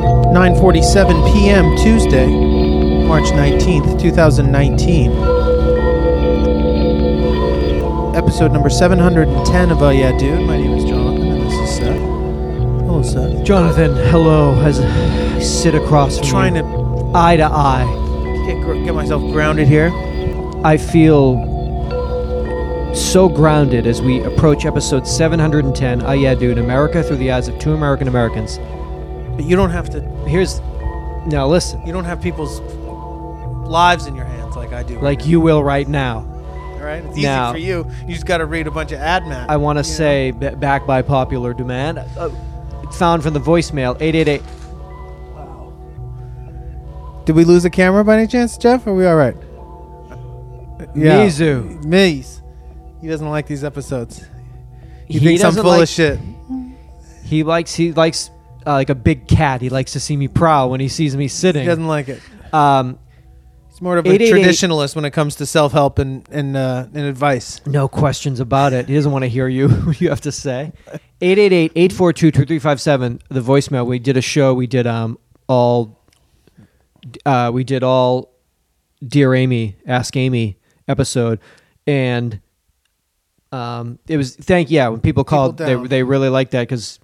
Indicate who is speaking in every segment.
Speaker 1: 9:47 p.m. Tuesday, March 19th, 2019. Episode number 710 of Oh Yeah Dude. My name is Jonathan and this is Seth. Hello Seth.
Speaker 2: Jonathan, hello. As I sit across from
Speaker 1: Trying
Speaker 2: you,
Speaker 1: to
Speaker 2: eye to eye,
Speaker 1: get, gr- get myself grounded here.
Speaker 2: I feel so grounded as we approach episode 710. Ah, yeah, dude. America through the eyes of two American Americans.
Speaker 1: But you don't have to
Speaker 2: Here's now. Listen,
Speaker 1: you don't have people's lives in your hands like I do. right
Speaker 2: like
Speaker 1: now,
Speaker 2: you will right now.
Speaker 1: all right? It's easy
Speaker 2: now.
Speaker 1: for you. You just got to read a bunch of ad mat.
Speaker 2: I want to say, b- back by popular demand, uh, found from the voicemail 888.
Speaker 1: Did we lose the camera by any chance, Jeff? Are we all right?
Speaker 2: Mizu.
Speaker 1: Miz. He doesn't like these episodes. He,
Speaker 2: He
Speaker 1: thinks I'm
Speaker 2: doesn't
Speaker 1: full
Speaker 2: like-
Speaker 1: of shit.
Speaker 2: He likes he likes uh, like a big cat. He likes to see me prowl when he sees me
Speaker 1: He
Speaker 2: sitting.
Speaker 1: doesn't like it.
Speaker 2: um,
Speaker 1: He's more of a
Speaker 2: 888
Speaker 1: traditionalist when it comes to self help and and, uh, and advice.
Speaker 2: No questions about it. He doesn't want to hear you. what you have to say. 888-842-2357, The voicemail. We did a show. We did um all. Uh, we did all, dear Amy, ask Amy episode, and Um, it was thank yeah when people called they
Speaker 1: down.
Speaker 2: they really liked that because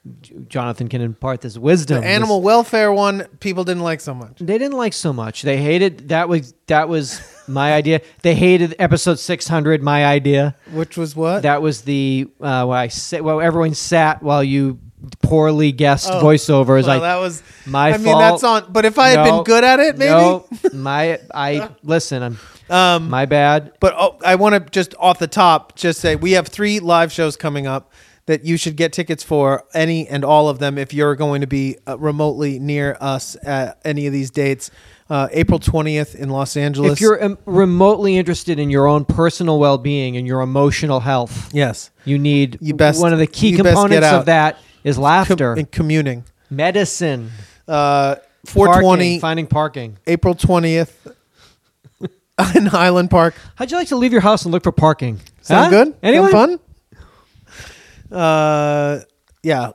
Speaker 2: Jonathan can impart this wisdom.
Speaker 3: The animal welfare one, people didn't like so much.
Speaker 2: this- they didn't like so much. They hated that was that was my idea. They hated episode six hundred. My idea.
Speaker 3: Which was what?
Speaker 2: That was the uh, where I sit. Well, everyone sat while you poorly guessed
Speaker 3: Oh.
Speaker 2: voiceovers.
Speaker 3: Well,
Speaker 2: I
Speaker 3: that was
Speaker 2: my
Speaker 3: I
Speaker 2: fault.
Speaker 3: mean, that's on. But if I had
Speaker 2: No,
Speaker 3: been good at it, maybe.
Speaker 2: No, my I listen. I'm
Speaker 3: Um,
Speaker 2: my bad.
Speaker 3: But oh, I want to just off the top just say we have three live shows coming up that you should get tickets for any and all of them if you're going to be uh, remotely near us at any of these dates. Uh, April 20th in Los Angeles.
Speaker 2: If you're um, remotely interested in your own personal well-being and your emotional health,
Speaker 3: yes,
Speaker 2: you need
Speaker 3: You best-
Speaker 2: one of the key
Speaker 3: you best get
Speaker 2: components
Speaker 3: out.
Speaker 2: of that is
Speaker 3: Com-
Speaker 2: laughter,
Speaker 3: in communing.
Speaker 2: medicine,
Speaker 3: Uh,
Speaker 2: parking,
Speaker 3: 420
Speaker 2: finding parking.
Speaker 3: April 20th in Highland Park.
Speaker 2: How'd you like to leave your house and look for parking?
Speaker 3: Sound
Speaker 2: Huh?
Speaker 3: good?
Speaker 2: Anyone?
Speaker 3: Sound fun? Uh, yeah.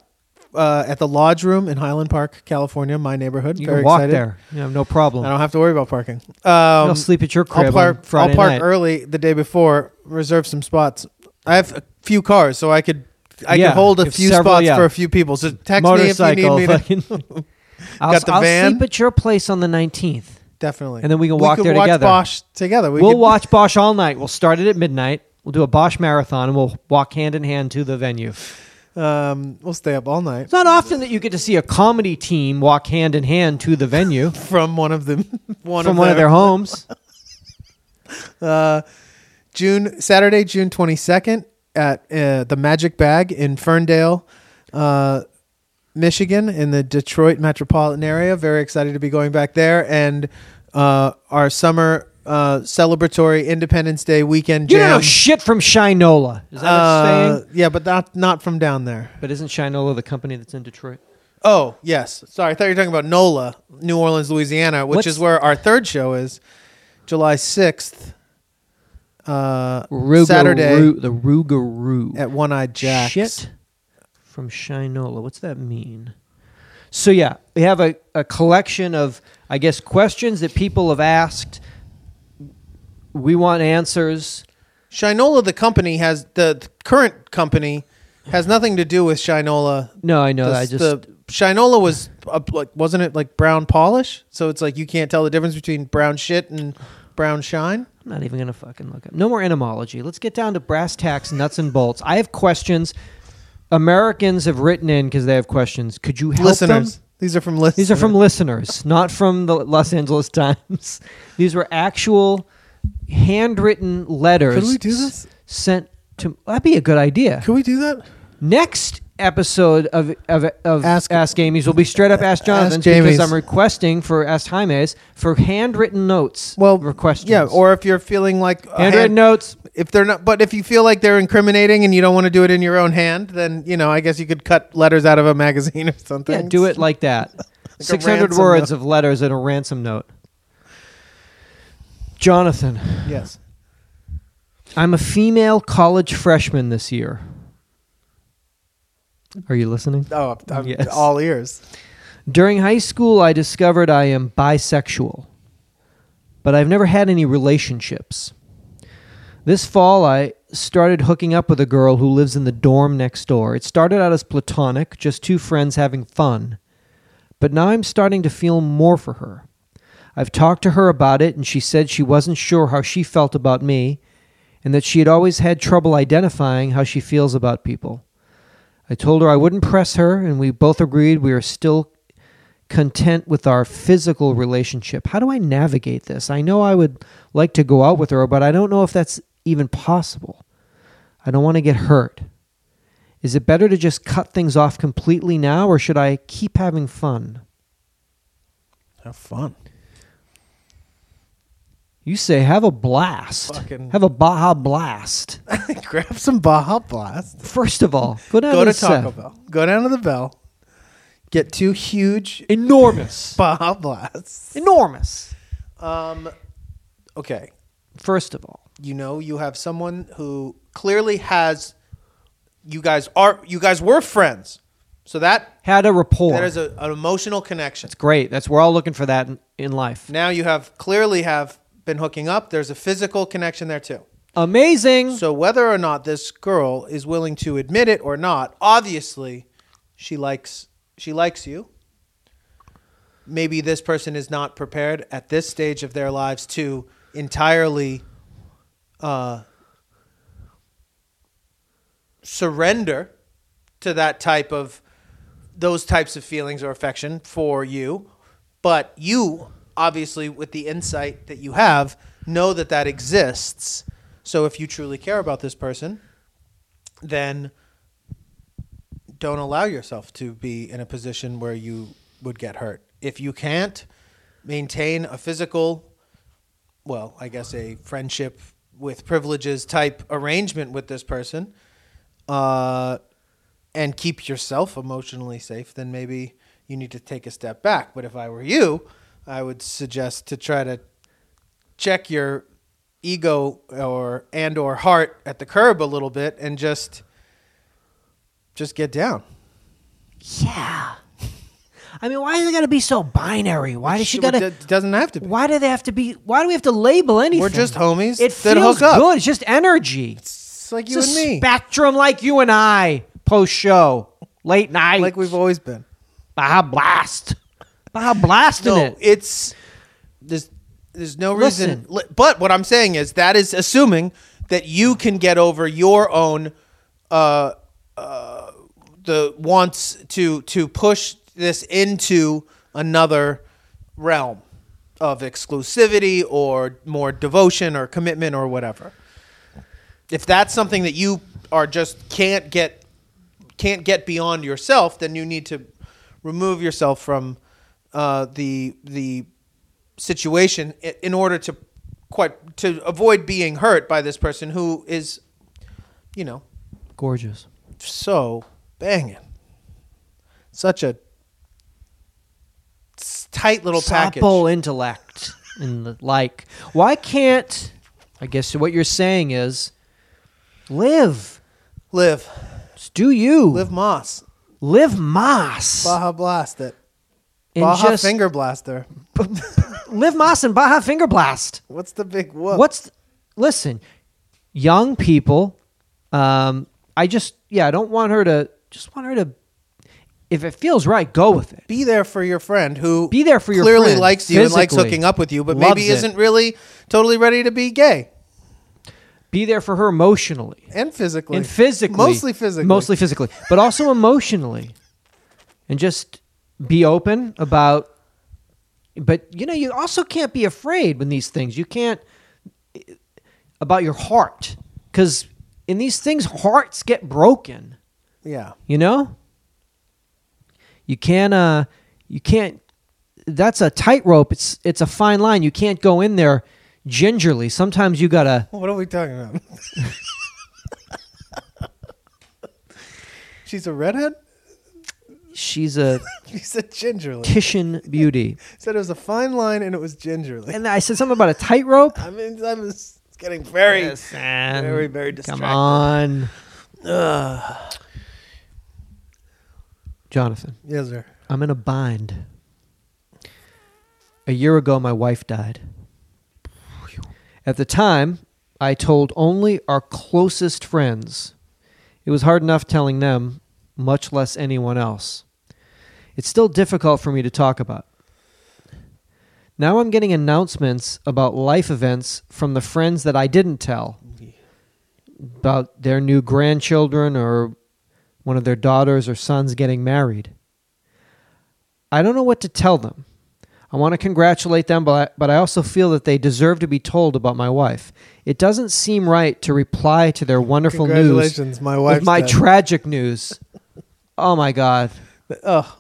Speaker 3: Uh, at the Lodge Room in Highland Park, California, my neighborhood.
Speaker 2: You
Speaker 3: Very
Speaker 2: can walk
Speaker 3: excited.
Speaker 2: there. You have no problem.
Speaker 3: I don't have to worry about parking. Um,
Speaker 2: You'll sleep at your crib
Speaker 3: I'll
Speaker 2: on
Speaker 3: park.
Speaker 2: Friday
Speaker 3: I'll park
Speaker 2: night.
Speaker 3: early the day before. Reserve some spots. I have a few cars, so I could. I
Speaker 2: Yeah,
Speaker 3: could hold a
Speaker 2: if
Speaker 3: few
Speaker 2: several-
Speaker 3: spots
Speaker 2: yeah.
Speaker 3: for a few people. So text me if you need
Speaker 2: Motorcycle.
Speaker 3: me. To,
Speaker 2: fucking- I'll,
Speaker 3: Got the
Speaker 2: I'll
Speaker 3: van.
Speaker 2: sleep at your place on the 19th.
Speaker 3: definitely.
Speaker 2: And then we can
Speaker 3: we
Speaker 2: walk
Speaker 3: could
Speaker 2: there
Speaker 3: watch
Speaker 2: together.
Speaker 3: Bosch together. We
Speaker 2: We will
Speaker 3: could-
Speaker 2: watch Bosch all night. We'll start it at midnight. We'll do a Bosch marathon and we'll walk hand in hand to the venue.
Speaker 3: Um, we'll stay up all night
Speaker 2: It's not often that you get to see a comedy team walk hand in hand to the venue
Speaker 3: from one of them. one
Speaker 2: from
Speaker 3: of
Speaker 2: one of
Speaker 3: their
Speaker 2: their homes.
Speaker 3: Uh, June Saturday, June twenty second at uh, the Magic Bag in Ferndale, uh, Michigan, in the Detroit metropolitan area. Very excited to be going back there, and uh, our summer uh, celebratory Independence Day weekend
Speaker 2: You
Speaker 3: jam.
Speaker 2: don't know shit from Shinola. Is that a
Speaker 3: Uh,
Speaker 2: saying?
Speaker 3: yeah, but not not from down there.
Speaker 2: But isn't Shinola the company that's in Detroit?
Speaker 3: Oh yes, sorry, I thought you were talking about NOLA, New Orleans, Louisiana, which
Speaker 2: What's-
Speaker 3: is where our third show is, July sixth. Uh,
Speaker 2: Rugaroo-
Speaker 3: Saturday
Speaker 2: the Rougarou.
Speaker 3: at One Eyed Jack's.
Speaker 2: Shit from Shinola. What's that mean? So yeah, we have a, a collection of I guess questions that people have asked. We want answers.
Speaker 3: Shinola, the company, has the, the current company has nothing to do with Shinola.
Speaker 2: No, I know.
Speaker 3: the,
Speaker 2: I just
Speaker 3: the- Shinola was a, like wasn't it like brown polish? So it's like you can't tell the difference between brown shit and brown shine.
Speaker 2: I'm not even gonna fucking look up. No more etymology. Let's get down to brass tacks, nuts and bolts. I have questions. Americans have written in because they have questions. Could you help
Speaker 3: listeners,
Speaker 2: them?
Speaker 3: these are from listeners.
Speaker 2: These are from listeners, not from the Los Angeles Times. These were actual handwritten letters.
Speaker 3: Could we do this?
Speaker 2: Sent to. That'd be a good idea.
Speaker 3: Could we do that?
Speaker 2: Next episode of of, of
Speaker 3: Ask-
Speaker 2: Ask, Ask Amy's will be straight up Ask Jonathan's
Speaker 3: Jamie's.
Speaker 2: because I'm requesting for Ask Jaime's for handwritten notes.
Speaker 3: Well,
Speaker 2: or questions.
Speaker 3: Yeah, or if you're feeling like a
Speaker 2: handwritten
Speaker 3: hand-
Speaker 2: notes.
Speaker 3: if they're not, but if you feel like they're incriminating and you don't want to do it in your own hand, then you know I guess you could cut letters out of a magazine or something.
Speaker 2: Yeah, do it like that.
Speaker 3: a
Speaker 2: 600
Speaker 3: ransom
Speaker 2: words
Speaker 3: note.
Speaker 2: of letters and a ransom note. Jonathan,
Speaker 3: Yes.
Speaker 2: I'm a female college freshman this year. Are you listening?
Speaker 3: Oh, I'm
Speaker 2: Yes.
Speaker 3: all ears.
Speaker 2: During high school, I discovered I am bisexual, but I've never had any relationships. This fall, I started hooking up with a girl who lives in the dorm next door. It started out as platonic, just two friends having fun, but now I'm starting to feel more for her. I've talked to her about it, and she said she wasn't sure how she felt about me, and that she had always had trouble identifying how she feels about people. I told her I wouldn't press her, and we both agreed we are still content with our physical relationship. How do I navigate this? I know I would like to go out with her, but I don't know if that's even possible. I don't want to get hurt. Is it better to just cut things off completely now, or should I keep having fun?
Speaker 3: Have fun.
Speaker 2: You say have a blast.
Speaker 3: Fucking-
Speaker 2: Have a Baja blast.
Speaker 3: Grab some Baja Blast.
Speaker 2: First of all, go down
Speaker 3: Go
Speaker 2: to,
Speaker 3: to
Speaker 2: the
Speaker 3: Taco
Speaker 2: se-
Speaker 3: Bell. Go down to the Bell. Get two huge
Speaker 2: Enormous.
Speaker 3: Baja Blasts.
Speaker 2: Enormous.
Speaker 3: Um, okay.
Speaker 2: First of all.
Speaker 3: You know, you have someone who clearly has. You guys are. You guys were friends, so that
Speaker 2: Had a rapport.
Speaker 3: that is a, an emotional connection.
Speaker 2: Great. That's we're all looking for that in, in life.
Speaker 3: Now you have clearly have been hooking up. There's a physical connection there too.
Speaker 2: Amazing.
Speaker 3: So whether or not this girl is willing to admit it or not, obviously, she likes she likes you. Maybe this person is not prepared at this stage of their lives to entirely uh, surrender to that type of those types of feelings or affection for you, but you obviously with the insight that you have know that that exists. So if you truly care about this person, then don't allow yourself to be in a position where you would get hurt. If you can't maintain a physical, well, I guess a friendship with privileges type arrangement with this person, uh, and keep yourself emotionally safe, then maybe you need to take a step back. But if I were you, I would suggest to try to check your ego or and or heart at the curb a little bit and just just get down.
Speaker 2: Yeah. I mean, why is it got to be so binary? Why does she
Speaker 3: It
Speaker 2: got to?
Speaker 3: d- doesn't have to be.
Speaker 2: Why do they have to be? Why do we have to label anything?
Speaker 3: just homies
Speaker 2: It
Speaker 3: that
Speaker 2: feels
Speaker 3: hook up.
Speaker 2: good. It's just energy.
Speaker 3: It's like you
Speaker 2: it's
Speaker 3: and
Speaker 2: a
Speaker 3: me,
Speaker 2: spectrum like you and I post show late night.
Speaker 3: like we've always been.
Speaker 2: Baja blast. Baja blasting
Speaker 3: No,
Speaker 2: it.
Speaker 3: it's there's there's no reason.
Speaker 2: Listen.
Speaker 3: li- But what I'm saying is that is assuming that you can get over your own uh, uh, the wants to to push this into another realm of exclusivity or more devotion or commitment or whatever. If that's something that you are just can't get can't get beyond yourself, then you need to remove yourself from uh, the the situation i- in order to quite to avoid being hurt by this person who is, you know,
Speaker 2: Gorgeous.
Speaker 3: so banging, such a s- tight little package.
Speaker 2: Supple intellect and the like. Why can't? I guess what you're saying is, live.
Speaker 3: Live,
Speaker 2: Just do you
Speaker 3: live Moss,
Speaker 2: live Moss
Speaker 3: Baja Blast it,
Speaker 2: and
Speaker 3: Baja
Speaker 2: just
Speaker 3: Finger Blaster.
Speaker 2: live Moss and Baja Finger Blast.
Speaker 3: What's the big whoop?
Speaker 2: What's listen, young people. Um, I just yeah, I don't want her to. Just want her to. If it feels right, go with it.
Speaker 3: be there for your friend who
Speaker 2: Be there for your
Speaker 3: clearly
Speaker 2: friend,
Speaker 3: likes you and likes
Speaker 2: physically.
Speaker 3: hooking up with you, but
Speaker 2: Loves
Speaker 3: maybe
Speaker 2: it.
Speaker 3: isn't really totally ready to be gay
Speaker 2: Be there for her emotionally
Speaker 3: and physically
Speaker 2: and physically,
Speaker 3: mostly physically,
Speaker 2: mostly physically, but also emotionally, and just be open about. But you know, you also can't be afraid when these things. You can't about your heart because in these things, hearts get broken.
Speaker 3: Yeah,
Speaker 2: You know? You can't uh you can't that's a tightrope. It's it's a fine line. You can't go in there gingerly. Sometimes you gotta
Speaker 3: what are we talking about? She's a redhead.
Speaker 2: she's a
Speaker 3: She said gingerly.
Speaker 2: Kishin beauty.
Speaker 3: said it was a fine line and it was gingerly.
Speaker 2: And I said something about a tightrope.
Speaker 3: I mean, I was getting very.
Speaker 2: Listen,
Speaker 3: very, very
Speaker 2: Come
Speaker 3: distracted.
Speaker 2: on. Jonathan,
Speaker 3: Yes, sir.
Speaker 2: I'm in a bind. A year ago my wife died. At the time, I told only our closest friends. It was hard enough telling them, much less anyone else. It's still difficult for me to talk about. Now I'm getting announcements about life events from the friends that I didn't tell about their new grandchildren or one of their daughters or sons getting married. I don't know what to tell them. I want to congratulate them, but I, but I also feel that they deserve to be told about my wife. It doesn't seem right to reply to their wonderful news
Speaker 3: Congratulations, my
Speaker 2: with
Speaker 3: wife.
Speaker 2: my tragic news. Oh my God.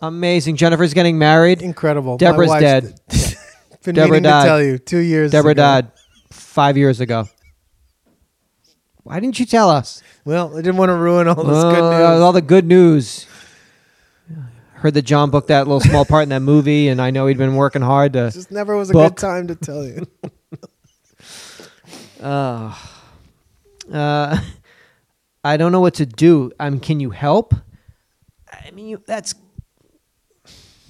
Speaker 2: Amazing. Jennifer's getting married.
Speaker 3: oh, incredible. My
Speaker 2: Deborah's
Speaker 3: wife's
Speaker 2: dead.
Speaker 3: dead. Been
Speaker 2: Deborah
Speaker 3: meaning
Speaker 2: died.
Speaker 3: to tell you two years.
Speaker 2: Deborah
Speaker 3: ago.
Speaker 2: died five years ago. Why didn't you tell us?
Speaker 3: Well, I didn't want to ruin all this
Speaker 2: Uh,
Speaker 3: good news.
Speaker 2: All the good news. Heard that John booked that little small part in that movie, and I know he'd been working hard to.
Speaker 3: just never was a
Speaker 2: Book.
Speaker 3: good time to tell you.
Speaker 2: Uh, uh, I don't know what to do. I mean, can you help? I mean, you, that's.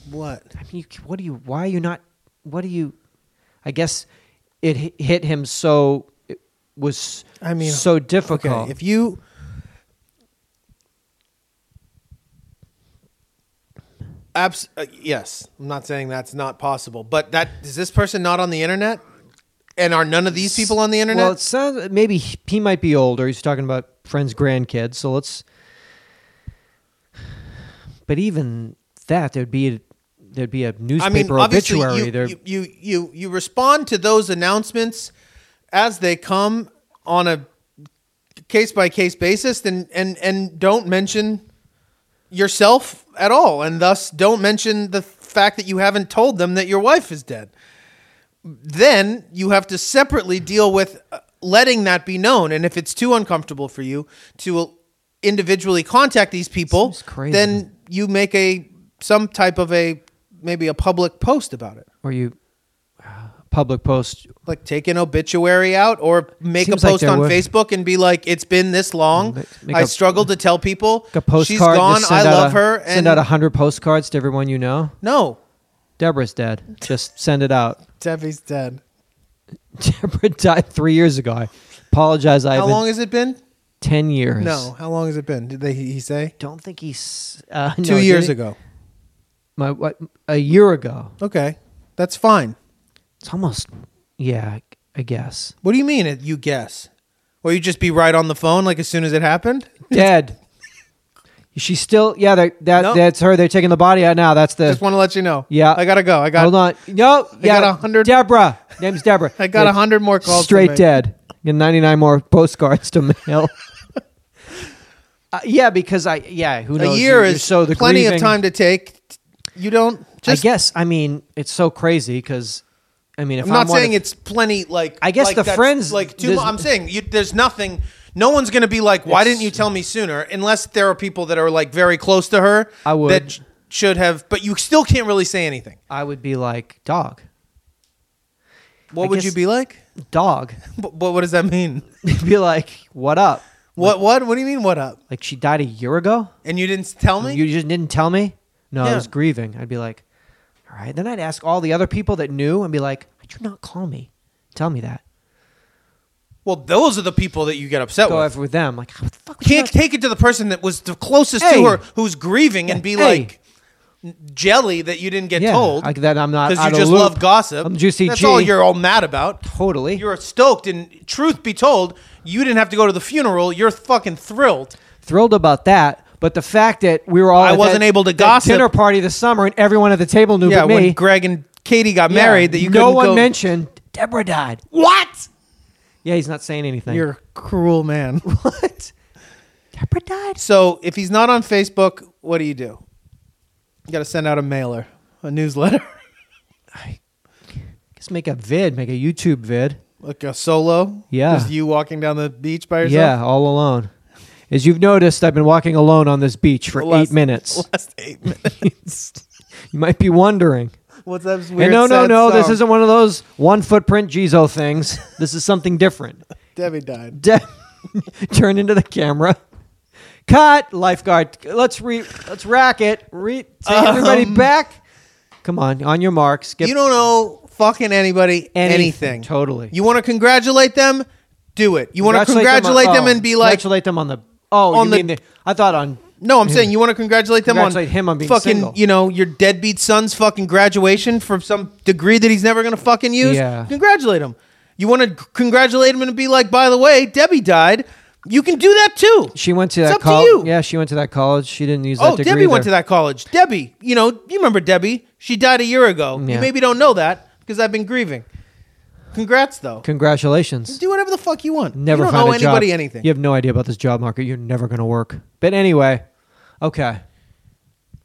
Speaker 3: what?
Speaker 2: I mean, you, what do you? Why are you not? What do you? I guess it hi- hit him so. It, was
Speaker 3: I mean,
Speaker 2: so
Speaker 3: okay,
Speaker 2: difficult.
Speaker 3: if you Abs- uh, yes, I'm not saying that's not possible, but that is this person not on the internet? And are none of these people on the internet?
Speaker 2: Well, it sounds maybe he he might be older. He's talking about friends' grandkids. So let's. But even that, there'd be a, there'd be a
Speaker 3: I
Speaker 2: newspaper
Speaker 3: mean, obviously,
Speaker 2: obituary.
Speaker 3: you,
Speaker 2: there,
Speaker 3: you, you you you respond to those announcements as they come on a case by case basis, and and and don't mention yourself at all, and thus don't mention the fact that you haven't told them that your wife is dead. Then you have to separately deal with uh, letting that be known, and if it's too uncomfortable for you to individually contact these people,
Speaker 2: Seems crazy.
Speaker 3: then you make a some type of a maybe a public post about it
Speaker 2: or you uh, public post.
Speaker 3: like take an obituary out or make
Speaker 2: Seems
Speaker 3: a
Speaker 2: like
Speaker 3: post
Speaker 2: there
Speaker 3: on
Speaker 2: would.
Speaker 3: facebook and be like it's been this long
Speaker 2: Ma- make
Speaker 3: I
Speaker 2: a-
Speaker 3: struggled to tell people
Speaker 2: Like a postcard.
Speaker 3: she's
Speaker 2: to
Speaker 3: gone i
Speaker 2: send out
Speaker 3: love
Speaker 2: a-
Speaker 3: her and
Speaker 2: Send out a hundred postcards to everyone you know.
Speaker 3: no
Speaker 2: Deborah's dead. Just send it out.
Speaker 3: debbie's dead
Speaker 2: Deborah died three years ago. I apologize. I
Speaker 3: how
Speaker 2: haven't
Speaker 3: long has it been
Speaker 2: ten years.
Speaker 3: no how long has it been did they he say
Speaker 2: don't think he's uh,
Speaker 3: two
Speaker 2: no, did
Speaker 3: years
Speaker 2: he?
Speaker 3: ago
Speaker 2: My what? A year ago.
Speaker 3: okay that's fine
Speaker 2: It's almost, yeah, I- I guess.
Speaker 3: what do you mean it- you guess or you just be right on the phone like as soon as it happened
Speaker 2: Dead. She's still, yeah, they're- that
Speaker 3: Nope.
Speaker 2: that's her. They're taking the body out now. That's the.
Speaker 3: just want to let you know
Speaker 2: Yeah.
Speaker 3: i gotta go i got
Speaker 2: hold on. No, yeah,
Speaker 3: got a hundred-
Speaker 2: Deborah. Name's Deborah.
Speaker 3: i got a
Speaker 2: Yeah,
Speaker 3: hundred more calls to
Speaker 2: Straight
Speaker 3: make.
Speaker 2: dead. Get ninety nine more postcards to mail. uh, yeah, because I yeah, who knows?
Speaker 3: a year
Speaker 2: You're- you're
Speaker 3: is
Speaker 2: so the
Speaker 3: plenty of
Speaker 2: grieving-
Speaker 3: time to take. You don't. Just,
Speaker 2: I guess. I mean, it's so crazy because, I mean, if
Speaker 3: I'm not
Speaker 2: one
Speaker 3: saying
Speaker 2: of-
Speaker 3: it's plenty. Like
Speaker 2: I guess
Speaker 3: like
Speaker 2: the
Speaker 3: that's,
Speaker 2: friends-
Speaker 3: Like too.
Speaker 2: there's-
Speaker 3: mu- I'm saying you, there's nothing. No one's gonna be like, why
Speaker 2: It's-
Speaker 3: didn't you tell me sooner? Unless there are people that are like very close to her.
Speaker 2: I would.
Speaker 3: That sh- should have, but you still can't really say anything.
Speaker 2: I would be like dog,
Speaker 3: What
Speaker 2: I
Speaker 3: would
Speaker 2: guess-
Speaker 3: you be like?
Speaker 2: dog.
Speaker 3: But, but what does that mean?
Speaker 2: be like, what up?
Speaker 3: What what what do you mean? What up?
Speaker 2: Like she died a year ago?
Speaker 3: And you didn't s- tell me?
Speaker 2: You just didn't tell me? No, I
Speaker 3: Yeah.
Speaker 2: was grieving. I'd be like, all right. Then I'd ask all the other people that knew and be like, why'd you not call me? Tell me that.
Speaker 3: well, those are the people that you get upset
Speaker 2: Go
Speaker 3: with.
Speaker 2: over with them. Like, what the fuck? would you
Speaker 3: can't
Speaker 2: not-
Speaker 3: take it to the person that was the closest
Speaker 2: Hey.
Speaker 3: to her who's grieving and be
Speaker 2: Hey.
Speaker 3: like jelly that you didn't get
Speaker 2: Yeah,
Speaker 3: told
Speaker 2: like that I'm not
Speaker 3: because
Speaker 2: out
Speaker 3: you
Speaker 2: of
Speaker 3: just
Speaker 2: loop.
Speaker 3: love gossip
Speaker 2: I'm Juicy
Speaker 3: that's
Speaker 2: G.
Speaker 3: all you're all mad about
Speaker 2: Totally.
Speaker 3: you're stoked and truth be told you didn't have to go to the funeral you're fucking thrilled
Speaker 2: thrilled about that. But the fact that we were all
Speaker 3: I
Speaker 2: at
Speaker 3: wasn't
Speaker 2: that-
Speaker 3: able to
Speaker 2: that
Speaker 3: gossip.
Speaker 2: dinner party this summer and everyone at the table knew
Speaker 3: yeah
Speaker 2: but me.
Speaker 3: when greg and katie got
Speaker 2: Yeah,
Speaker 3: married that you
Speaker 2: no
Speaker 3: couldn't
Speaker 2: one
Speaker 3: go-
Speaker 2: mentioned Deborah died.
Speaker 3: what
Speaker 2: Yeah, he's not saying anything.
Speaker 3: you're a cruel man
Speaker 2: what? Deborah died.
Speaker 3: so if he's not on facebook what do you do you gotta send out a mailer a newsletter
Speaker 2: Just make a vid, make a YouTube vid.
Speaker 3: like a solo
Speaker 2: Yeah.
Speaker 3: just you walking down the beach by yourself
Speaker 2: Yeah, all alone. As you've noticed, I've been walking alone on this beach for
Speaker 3: The last-
Speaker 2: eight minutes.
Speaker 3: last eight minutes
Speaker 2: You might be wondering.
Speaker 3: What's that weird?
Speaker 2: And no, no,
Speaker 3: sad
Speaker 2: no, this
Speaker 3: song?
Speaker 2: isn't one of those one footprint Jizo things. This is something different.
Speaker 3: Debbie died.
Speaker 2: De- Turn into the camera. Cut. Lifeguard. Let's re. Let's rack it. Re- take everybody back. Come on, on your marks. Get
Speaker 3: Um, You don't know fucking anybody
Speaker 2: Anything,
Speaker 3: anything.
Speaker 2: totally.
Speaker 3: You want to congratulate them? Do it. You want to congratulate
Speaker 2: on-
Speaker 3: them,
Speaker 2: oh,
Speaker 3: and be like,
Speaker 2: congratulate them on the. Oh,
Speaker 3: on
Speaker 2: you
Speaker 3: the-
Speaker 2: mean the, I thought on.
Speaker 3: no, I'm saying you want to congratulate them
Speaker 2: Congratulate
Speaker 3: on
Speaker 2: him on being
Speaker 3: fucking,
Speaker 2: single.
Speaker 3: you know, your deadbeat son's fucking graduation from some degree that he's never going to fucking use.
Speaker 2: Yeah.
Speaker 3: Congratulate him. You want to congratulate him and be like, by the way, Debbie died. You can do that too.
Speaker 2: She went to
Speaker 3: It's
Speaker 2: that
Speaker 3: up to you.
Speaker 2: college. Yeah, she went to that college. She didn't use that
Speaker 3: oh,
Speaker 2: degree.
Speaker 3: Debbie went to
Speaker 2: there.
Speaker 3: that college. Debbie, you know, you remember Debbie? She died a year ago.
Speaker 2: Yeah.
Speaker 3: You maybe don't know that because I've been grieving. Congrats, though.
Speaker 2: Congratulations.
Speaker 3: Do whatever the fuck you want.
Speaker 2: Never
Speaker 3: you don't
Speaker 2: find
Speaker 3: know
Speaker 2: a
Speaker 3: anybody
Speaker 2: job.
Speaker 3: anything.
Speaker 2: You have no idea about this job market. You're never going to work. But anyway, okay.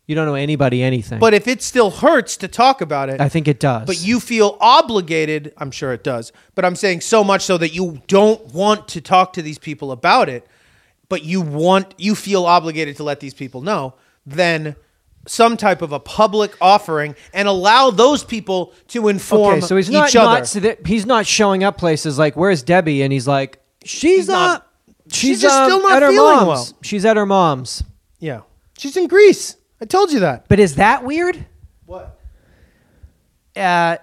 Speaker 2: You don't know anybody anything.
Speaker 3: But if it still hurts to talk about it,
Speaker 2: I think it does.
Speaker 3: but you feel obligated, I'm sure it does. But I'm saying so much so that you don't want to talk to these people about it, but you want you feel obligated to let these people know, then some type of a public offering and allow those people to inform
Speaker 2: okay, so he's
Speaker 3: each
Speaker 2: not,
Speaker 3: other.
Speaker 2: not so that- he's not showing up places like where's Debbie and he's like she's
Speaker 3: He's not-
Speaker 2: not she's,
Speaker 3: uh, just
Speaker 2: um,
Speaker 3: still not
Speaker 2: at her
Speaker 3: feeling
Speaker 2: mom's.
Speaker 3: well.
Speaker 2: She's at her mom's.
Speaker 3: Yeah. She's in Greece. I told you that.
Speaker 2: But is that weird?
Speaker 3: What?
Speaker 2: Uh,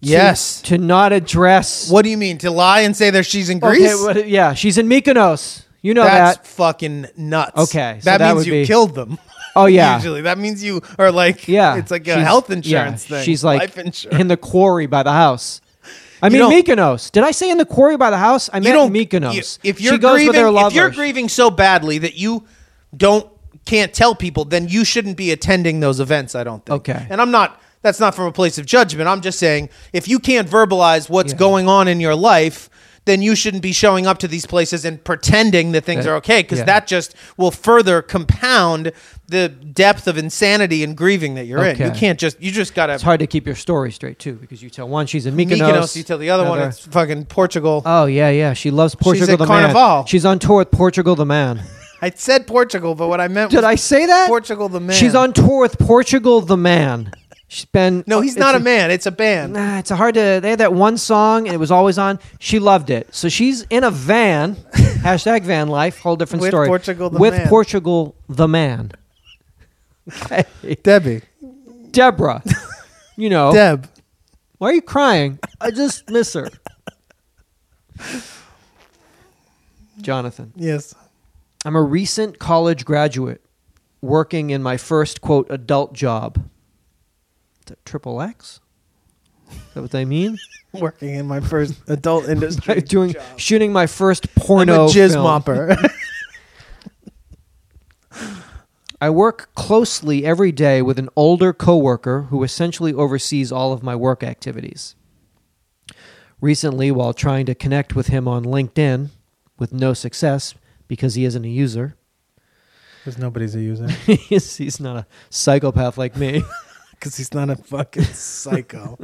Speaker 3: Yes.
Speaker 2: to not address
Speaker 3: What do you mean to lie and say that she's in Greece?
Speaker 2: Okay, what- yeah, she's in Mykonos. You know
Speaker 3: That's
Speaker 2: that.
Speaker 3: fucking nuts.
Speaker 2: Okay, so
Speaker 3: that,
Speaker 2: that
Speaker 3: means
Speaker 2: would
Speaker 3: you
Speaker 2: be-
Speaker 3: killed them.
Speaker 2: Oh yeah.
Speaker 3: Usually, that means you are like,
Speaker 2: Yeah.
Speaker 3: it's like a
Speaker 2: She's-
Speaker 3: health
Speaker 2: yeah,
Speaker 3: insurance thing.
Speaker 2: She's like
Speaker 3: life insurance.
Speaker 2: in the quarry by the house. I
Speaker 3: You
Speaker 2: mean Mykonos. Did I say in the quarry by the house? I meant Mykonos.
Speaker 3: you- if you're
Speaker 2: she goes
Speaker 3: grieving,
Speaker 2: with her lover.
Speaker 3: if you're grieving so badly that you don't can't tell people, then you shouldn't be attending those events. I don't think.
Speaker 2: Okay.
Speaker 3: And I'm not. That's not from a place of judgment. I'm just saying if you can't verbalize what's
Speaker 2: Yeah.
Speaker 3: going on in your life. Then you shouldn't be showing up to these places and pretending that things
Speaker 2: That-
Speaker 3: are okay, because
Speaker 2: yeah.
Speaker 3: that just will further compound the depth of insanity and grieving that you're in. You
Speaker 2: Okay.
Speaker 3: can't just you just gotta
Speaker 2: it's hard to keep your story straight too because you tell one she's in Mykonos.
Speaker 3: Mykonos, you tell the other one
Speaker 2: another-
Speaker 3: it's fucking Portugal.
Speaker 2: Oh yeah, yeah. She loves Portugal
Speaker 3: at
Speaker 2: the
Speaker 3: Carnival.
Speaker 2: man. She's on tour with Portugal the man.
Speaker 3: I said Portugal, but what I meant
Speaker 2: Did
Speaker 3: was
Speaker 2: I say that?
Speaker 3: Portugal the man.
Speaker 2: She's on tour with Portugal the man. She's been
Speaker 3: No, he's
Speaker 2: it's
Speaker 3: not a man. It's a band.
Speaker 2: Nah, it's a hard to. They had that one song, and it was always on. She loved it, so she's in a van. hashtag van life. Whole different
Speaker 3: With
Speaker 2: story.
Speaker 3: Portugal the
Speaker 2: with
Speaker 3: man.
Speaker 2: Portugal the man. Okay,
Speaker 3: Debbie.
Speaker 2: Deborah. You know
Speaker 3: Deb.
Speaker 2: why are you crying? I just miss her. Jonathan,
Speaker 3: Yes.
Speaker 2: I'm a recent college graduate working in my first quote adult job. Is that triple X? Is that what they mean?
Speaker 3: Working in my first adult
Speaker 2: by
Speaker 3: industry.
Speaker 2: doing shooting my first
Speaker 3: I'm
Speaker 2: porno
Speaker 3: a jizz
Speaker 2: film.
Speaker 3: mopper.
Speaker 2: I work closely every day with an older coworker who essentially oversees all of my work activities. Recently, while trying to connect with him on LinkedIn with no success because he isn't a user,
Speaker 3: Because nobody's a user.
Speaker 2: he's he's not a psychopath like me.
Speaker 3: Because he's not a fucking psycho.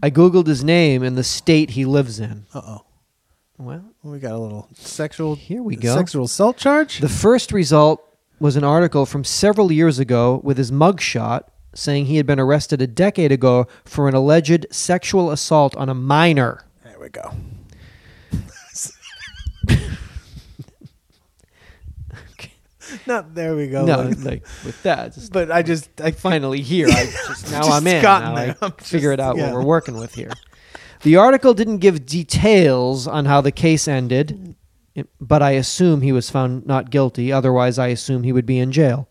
Speaker 2: I googled his name and the state he lives in.
Speaker 3: Uh oh.
Speaker 2: Well,
Speaker 3: We got a little sexual.
Speaker 2: Here we go.
Speaker 3: Sexual assault charge.
Speaker 2: The first result was an article from several years ago with his mugshot saying he had been arrested a decade ago for an alleged sexual assault on a minor.
Speaker 3: there we go. not there we go.
Speaker 2: No,
Speaker 3: like-
Speaker 2: like with that, just
Speaker 3: but I just uh, I
Speaker 2: finally here. I just now
Speaker 3: Just
Speaker 2: I'm in.
Speaker 3: gotten
Speaker 2: Now
Speaker 3: there.
Speaker 2: I
Speaker 3: I'm
Speaker 2: figure
Speaker 3: just-
Speaker 2: it out
Speaker 3: yeah.
Speaker 2: what we're working with here. The article didn't give details on how the case ended, it- but I assume he was found not guilty. Otherwise, I assume he would be in jail.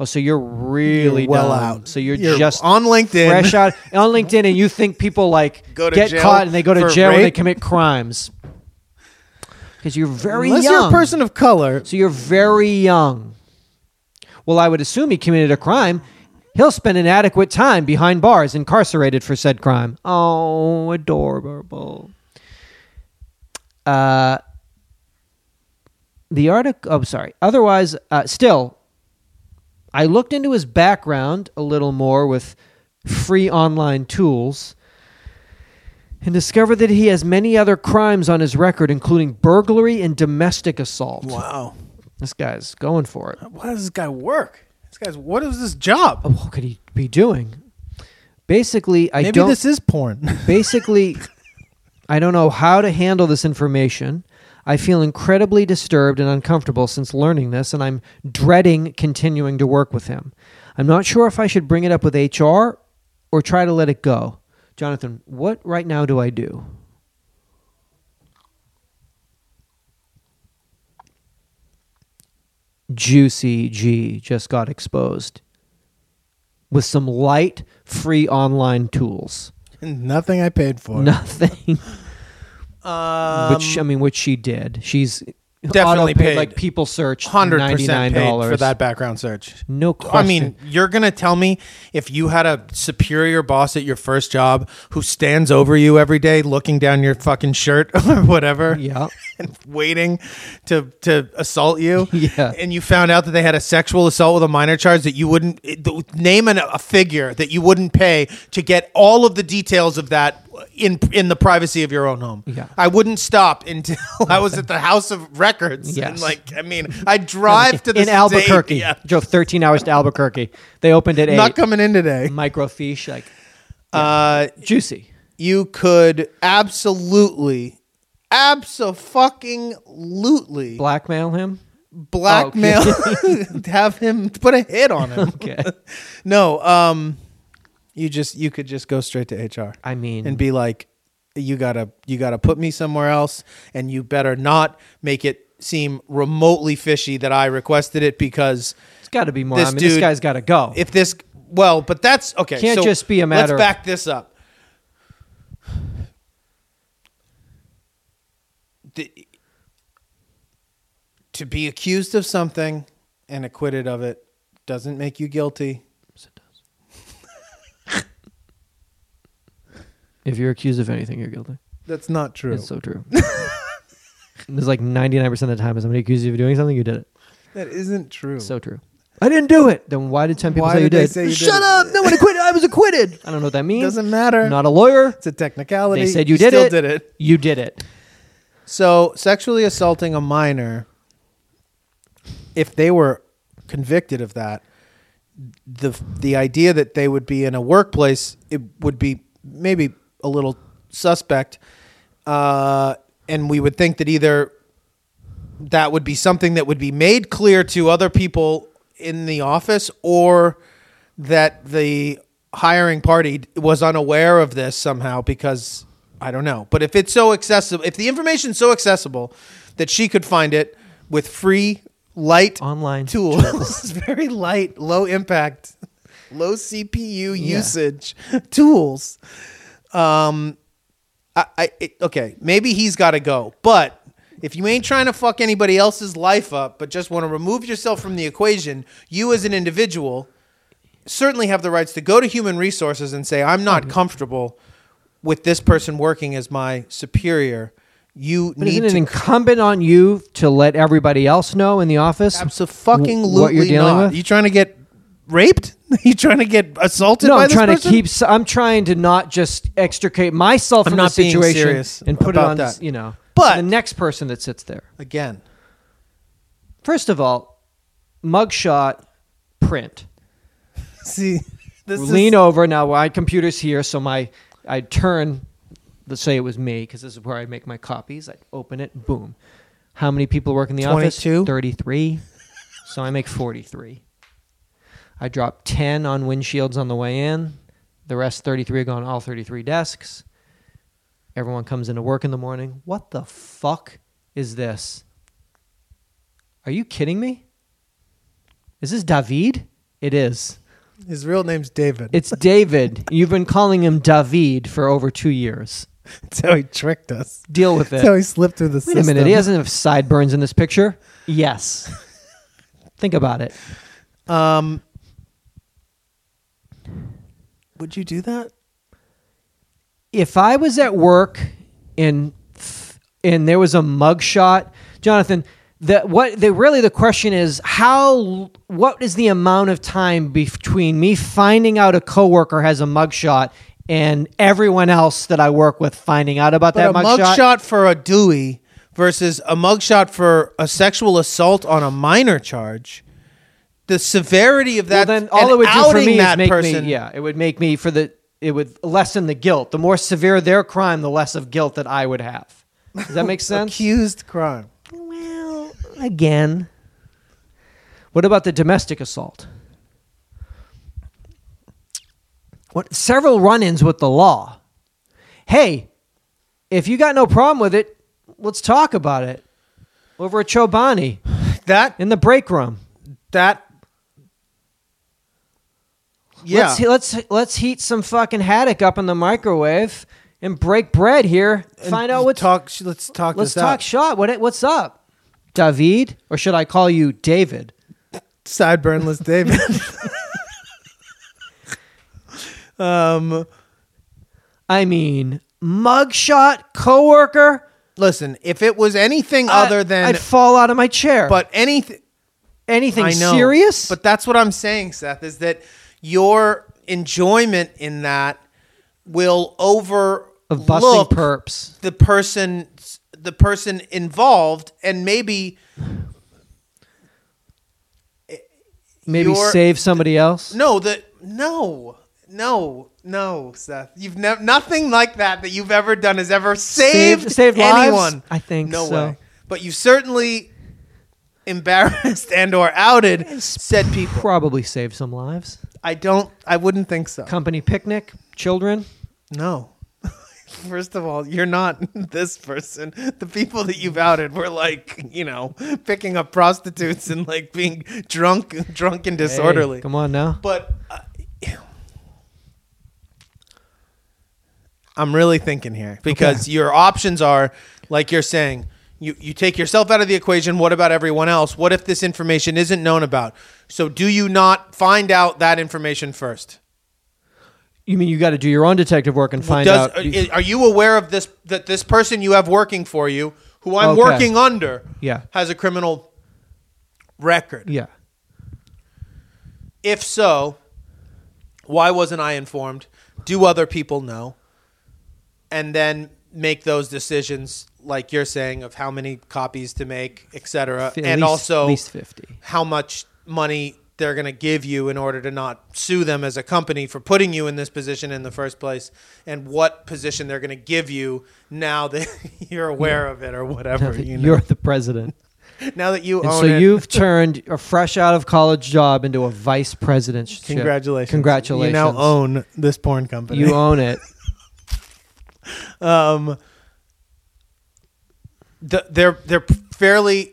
Speaker 2: Oh, so you're really
Speaker 3: You're well
Speaker 2: dumb.
Speaker 3: out.
Speaker 2: So you're,
Speaker 3: You're
Speaker 2: just
Speaker 3: on LinkedIn.
Speaker 2: fresh out on LinkedIn, and you think people like
Speaker 3: Go to
Speaker 2: get
Speaker 3: jail
Speaker 2: caught and they go to
Speaker 3: for
Speaker 2: jail and they
Speaker 3: rape?
Speaker 2: commit crimes because you're very
Speaker 3: unless
Speaker 2: young.
Speaker 3: you're a person of color.
Speaker 2: So you're very young. Well, I would assume he committed a crime. He'll spend an adequate time behind bars, incarcerated for said crime. Oh, adorable. Uh, the article. Oh, sorry. Otherwise, uh, still, I looked into his background a little more with free online tools and discovered that he has many other crimes on his record, including burglary and domestic assault.
Speaker 3: Wow.
Speaker 2: This guy's going for it.
Speaker 3: Why does this guy work? This guy's what is this job?
Speaker 2: What could he be doing? Basically, I
Speaker 3: Maybe
Speaker 2: don't.
Speaker 3: this is porn.
Speaker 2: basically, I don't know how to handle this information. I feel incredibly disturbed and uncomfortable since learning this, and I'm dreading continuing to work with him. I'm not sure if I should bring it up with HR or try to let it go. Jonathan, what right now do I do? Juicy G just got exposed with some light free online tools.
Speaker 3: Nothing I paid for.
Speaker 2: Nothing.
Speaker 3: Uh,
Speaker 2: which I mean, which she did. She's
Speaker 3: Definitely
Speaker 2: auto-paid,
Speaker 3: paid.
Speaker 2: Like people search
Speaker 3: hundred
Speaker 2: ninety nine
Speaker 3: percent paid
Speaker 2: dollars
Speaker 3: for that background search.
Speaker 2: No question.
Speaker 3: I mean, you're gonna tell me if you had a superior boss at your first job who stands over you every day, looking down your fucking shirt or whatever,
Speaker 2: yeah,
Speaker 3: and waiting to to assault you,
Speaker 2: Yeah.
Speaker 3: and you found out that they had a sexual assault with a minor charge that you wouldn't it- th- name an, a figure that you wouldn't pay to get all of the details of that in in the privacy of your own home.
Speaker 2: Yeah.
Speaker 3: I wouldn't stop until I was at the House of Records. And
Speaker 2: Yes.
Speaker 3: like I mean, I drive to the
Speaker 2: in
Speaker 3: state-
Speaker 2: Albuquerque.
Speaker 3: Yeah.
Speaker 2: Drove thirteen hours to Albuquerque. They opened at
Speaker 3: Not
Speaker 2: eight.
Speaker 3: coming in today.
Speaker 2: Microfiche, like
Speaker 3: Uh,
Speaker 2: juicy.
Speaker 3: you could absolutely, absolutely
Speaker 2: Blackmail him.
Speaker 3: blackmail,
Speaker 2: Oh,
Speaker 3: have him put a hit on him.
Speaker 2: Okay.
Speaker 3: No, um, You just you could just go straight to HR
Speaker 2: I mean,
Speaker 3: and be like, you gotta you gotta put me somewhere else, and you better not make it seem remotely fishy that I requested it because
Speaker 2: it's got to be more.
Speaker 3: this
Speaker 2: I mean, this
Speaker 3: dude-
Speaker 2: guy's got to go.
Speaker 3: if this well, but that's okay.
Speaker 2: Can't
Speaker 3: so
Speaker 2: just be a matter of-
Speaker 3: Let's back this up. The- to be accused of something and acquitted of it doesn't make you guilty.
Speaker 2: if you're accused of anything, you're guilty.
Speaker 3: That's not true.
Speaker 2: It's so true. There's like 99% of the time when somebody accuses you of doing something, you did it.
Speaker 3: that isn't true.
Speaker 2: So true. I didn't do it. Then why did 10 people
Speaker 3: Why
Speaker 2: say you
Speaker 3: did they
Speaker 2: did?
Speaker 3: say you did
Speaker 2: Shut
Speaker 3: it?
Speaker 2: up. No one acquitted. I was acquitted. I don't know what that means.
Speaker 3: doesn't matter.
Speaker 2: Not a lawyer.
Speaker 3: it's a technicality.
Speaker 2: They said you did
Speaker 3: still
Speaker 2: it.
Speaker 3: Did it.
Speaker 2: You did it.
Speaker 3: So sexually assaulting a minor, if they were convicted of that, the the idea that they would be in a workplace it would be maybe a little suspect, uh, and we would think that either that would be something that would be made clear to other people in the office or that the hiring party was unaware of this somehow because I don't know. But if it's so accessible, if the information's so accessible that she could find it with free light
Speaker 2: Online
Speaker 3: tools, very light, low impact, low CPU usage tools. Um I, I it, okay, maybe he's got to go. But if you ain't trying to fuck anybody else's life up, but just want to remove yourself from the equation, you as an individual certainly have the rights to go to human resources and say, "I'm
Speaker 2: Mm-hmm.
Speaker 3: not comfortable with this person working as my superior." You
Speaker 2: But
Speaker 3: need
Speaker 2: isn't it
Speaker 3: to
Speaker 2: incumbent on you to let everybody else know in the office
Speaker 3: absolutely
Speaker 2: w- what you're dealing
Speaker 3: not.
Speaker 2: with?
Speaker 3: You trying to get raped? you trying to get assaulted?
Speaker 2: no,
Speaker 3: by
Speaker 2: I'm
Speaker 3: this
Speaker 2: trying
Speaker 3: person?
Speaker 2: to keep. s- I'm trying to not just extricate myself
Speaker 3: I'm
Speaker 2: from
Speaker 3: not
Speaker 2: the
Speaker 3: being
Speaker 2: situation
Speaker 3: serious
Speaker 2: and put it
Speaker 3: about
Speaker 2: on,
Speaker 3: that.
Speaker 2: you know,
Speaker 3: But-
Speaker 2: the next person that sits there.
Speaker 3: again.
Speaker 2: First of all, mugshot print.
Speaker 3: See, this is
Speaker 2: lean over now. My computer's here, so my I turn. Let's say it was me because this is where I make my copies. I open it. Boom. How many people work in the office?
Speaker 3: 22?
Speaker 2: Thirty-three. so I make forty-three. I drop ten on windshields on the way in. The rest thirty-three are gone. All thirty-three desks. Everyone comes into work in the morning. What the fuck is this? Are you kidding me? Is this David? It is.
Speaker 3: his real name's David.
Speaker 2: It's David. You've been calling him David for over two years.
Speaker 3: That's how he tricked us.
Speaker 2: Deal with
Speaker 3: That's how
Speaker 2: it.
Speaker 3: he slipped through the
Speaker 2: Wait
Speaker 3: system.
Speaker 2: a minute. He doesn't have sideburns in this picture. Yes. Think about it.
Speaker 3: Um, would you do that?
Speaker 2: If I was at work and and there was a mugshot, Jonathan, that what the really the question is how what is the amount of time between me finding out a coworker has a mugshot and everyone else that I work with finding out about
Speaker 3: But
Speaker 2: that
Speaker 3: a
Speaker 2: mugshot?
Speaker 3: mugshot for a Dewey versus a mugshot for a sexual assault on a minor charge. The severity of that,
Speaker 2: well, then all
Speaker 3: and
Speaker 2: it would do for
Speaker 3: outing
Speaker 2: me is
Speaker 3: that
Speaker 2: make
Speaker 3: person,
Speaker 2: me. Yeah, it would make me for the. It would lessen the guilt. The more severe their crime, the less of guilt that I would have. Does that make sense?
Speaker 3: accused crime.
Speaker 2: well, again. What about the domestic assault? What several run-ins with the law. Hey, if you got no problem with it, let's talk about it over at Chobani
Speaker 3: That
Speaker 2: in the break room.
Speaker 3: that. Yeah,
Speaker 2: Let's, let's let's heat some fucking haddock up in the microwave and break bread here.
Speaker 3: And
Speaker 2: Find out what's
Speaker 3: talk. Let's talk.
Speaker 2: let's
Speaker 3: this
Speaker 2: talk
Speaker 3: out.
Speaker 2: shot. What what's up, David? Or should I call you David?
Speaker 3: sideburnless David. um,
Speaker 2: I mean, mugshot coworker.
Speaker 3: listen, if it was anything other
Speaker 2: I-
Speaker 3: than,
Speaker 2: I'd fall out of my chair.
Speaker 3: but anything,
Speaker 2: anything
Speaker 3: I know.
Speaker 2: serious?
Speaker 3: But that's what I'm saying, Seth, is that your enjoyment in that will over
Speaker 2: of busting perps.
Speaker 3: the person the person involved and maybe
Speaker 2: Maybe
Speaker 3: your-
Speaker 2: save somebody else.
Speaker 3: No, the no, no, no, Seth. You've never nothing like that that you've ever done has ever saved
Speaker 2: Saved- saved lives?
Speaker 3: anyone.
Speaker 2: I think
Speaker 3: no
Speaker 2: so.
Speaker 3: way. But you certainly embarrassed and or outed said people.
Speaker 2: Probably save some lives.
Speaker 3: I don't. I wouldn't think so.
Speaker 2: Company picnic, children.
Speaker 3: No. First of all, you're not this person. The people that you've outed were like, you know, picking up prostitutes and like being drunk, drunk and
Speaker 2: Hey,
Speaker 3: disorderly.
Speaker 2: come on now.
Speaker 3: but uh, I'm really thinking here because your options are like you're saying you you take yourself out of the equation what about everyone else what if this information isn't known about so do you not find out that information first
Speaker 2: You mean you got to do your own detective work and find
Speaker 3: does uh,
Speaker 2: out?
Speaker 3: are, are you aware of this that this person you have working for you who I'm
Speaker 2: Okay.
Speaker 3: working under
Speaker 2: Yeah.
Speaker 3: has a criminal record
Speaker 2: yeah.
Speaker 3: If so, why wasn't I informed? Do other people know? And then make those decisions, like you're saying, of how many copies to make, et cetera,
Speaker 2: F- at
Speaker 3: and
Speaker 2: least-
Speaker 3: also
Speaker 2: at least 50.
Speaker 3: how much money they're going to give you in order to not sue them as a company for putting you in this position in the first place, and what position they're going to give you now that you're aware of it or whatever. You know,
Speaker 2: You're the president.
Speaker 3: now that you
Speaker 2: And
Speaker 3: own
Speaker 2: so
Speaker 3: it.
Speaker 2: you've turned a fresh out of college job into a vice president.
Speaker 3: Congratulations!
Speaker 2: Congratulations.
Speaker 3: You now own this porn company.
Speaker 2: You own it.
Speaker 3: um, the, they're they're fairly.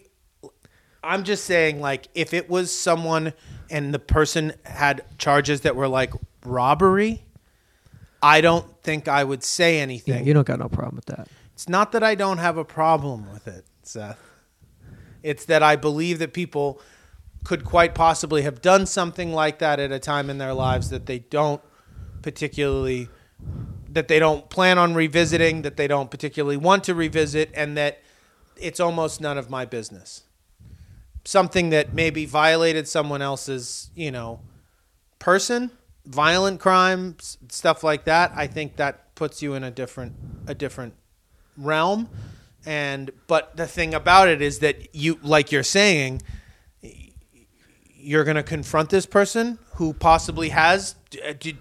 Speaker 3: I'm just saying, like, if it was someone and the person had charges that were like robbery, I don't think I would say
Speaker 2: Yeah,
Speaker 3: anything.
Speaker 2: you don't got no problem with that.
Speaker 3: It's not that I don't have a problem with it, Seth. It's that I believe that people could quite possibly have done something like that at a time in their lives that they don't particularly that they don't plan on revisiting, that they don't particularly want to revisit and that it's almost none of my business. Something that maybe violated someone else's, you know, person, violent crime, s- stuff like that, I think that puts you in a different a different realm. And but the thing about it is that you like you're saying you're going to confront this person who possibly has d- uh, did,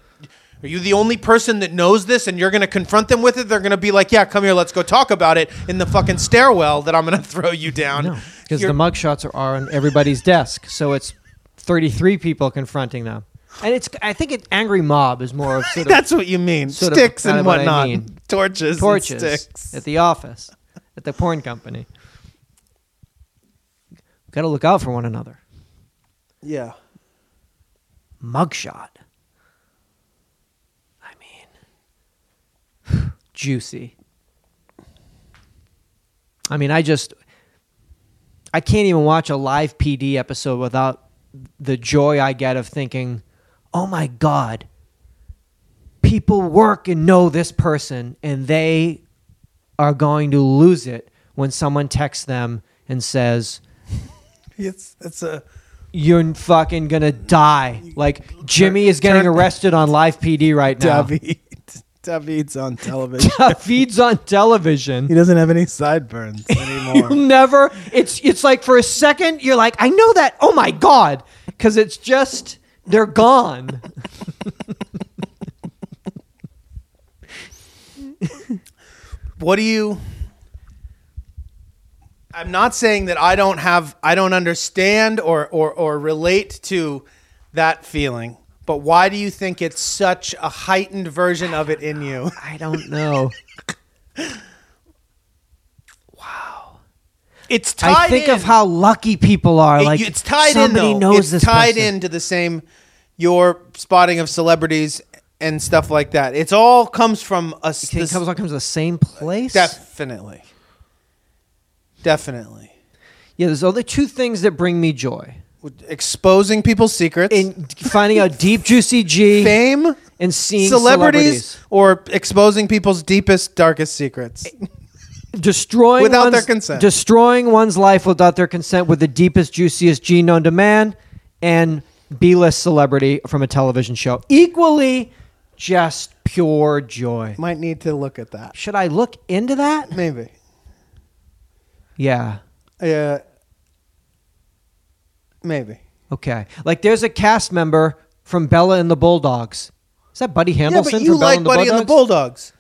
Speaker 3: are you the only person that knows this and you're going to confront them with it they're going to be like yeah come here let's go talk about it in the fucking stairwell that i'm going to throw you down
Speaker 2: No, because the
Speaker 3: You're-
Speaker 2: mugshots are, are on everybody's desk, so it's 33 people confronting them, and it's. I think it, angry mob is more of sort of
Speaker 3: that's what you mean
Speaker 2: Sort of
Speaker 3: sticks
Speaker 2: kinda
Speaker 3: and
Speaker 2: what I
Speaker 3: whatnot
Speaker 2: mean.
Speaker 3: torches and
Speaker 2: torches
Speaker 3: sticks
Speaker 2: at the office, at the porn company. Got to look out for one another.
Speaker 3: yeah
Speaker 2: Mugshot. I mean, juicy. I mean, I just, I can't even watch a live PD episode without the joy I get of thinking, oh my God, people work and know this person and they are going to lose it when someone texts them and says,
Speaker 3: it's it's a
Speaker 2: you're fucking gonna die. Like Jimmy is getting
Speaker 3: turn-
Speaker 2: arrested on live PD right now.
Speaker 3: David. David's on television.
Speaker 2: David's on television.
Speaker 3: doesn't have any sideburns
Speaker 2: You'll never. It's it's like for a second you're like, I know that. Oh my god, because it's just they're gone.
Speaker 3: what do you? I'm not saying that I don't have, I don't understand or or or relate to that feeling. But why do you think it's such a heightened version of it in you?
Speaker 2: I don't know.
Speaker 3: It's tied.
Speaker 2: I think
Speaker 3: in.
Speaker 2: of how lucky people are.
Speaker 3: It-
Speaker 2: like
Speaker 3: it's tied in
Speaker 2: somebody
Speaker 3: though.
Speaker 2: knows
Speaker 3: it's
Speaker 2: this
Speaker 3: tied
Speaker 2: person.
Speaker 3: into the same your spotting of celebrities and stuff like that. It's all comes from a s-
Speaker 2: It
Speaker 3: this-
Speaker 2: comes, all comes to the same place.
Speaker 3: Definitely. Definitely.
Speaker 2: yeah, there's only two things that bring me joy:
Speaker 3: Exposing people's secrets.
Speaker 2: in finding out deep juicy G
Speaker 3: fame,
Speaker 2: and seeing
Speaker 3: celebrities,
Speaker 2: celebrities.
Speaker 3: or exposing people's deepest, darkest secrets.
Speaker 2: destroying
Speaker 3: Without their
Speaker 2: one's-
Speaker 3: consent.
Speaker 2: destroying one's life without their consent with the deepest, juiciest gene known to man, and B-list celebrity from a television show. Equally, just pure joy.
Speaker 3: Might need to look at that.
Speaker 2: Should I look into that?
Speaker 3: Maybe.
Speaker 2: Yeah.
Speaker 3: Uh, maybe.
Speaker 2: Okay. Like, there's a cast member from Bella and the Bulldogs. Is that Buddy Hamilton
Speaker 3: yeah, but you
Speaker 2: from Bella
Speaker 3: like
Speaker 2: and the
Speaker 3: Buddy
Speaker 2: Bulldogs?
Speaker 3: and the Bulldogs.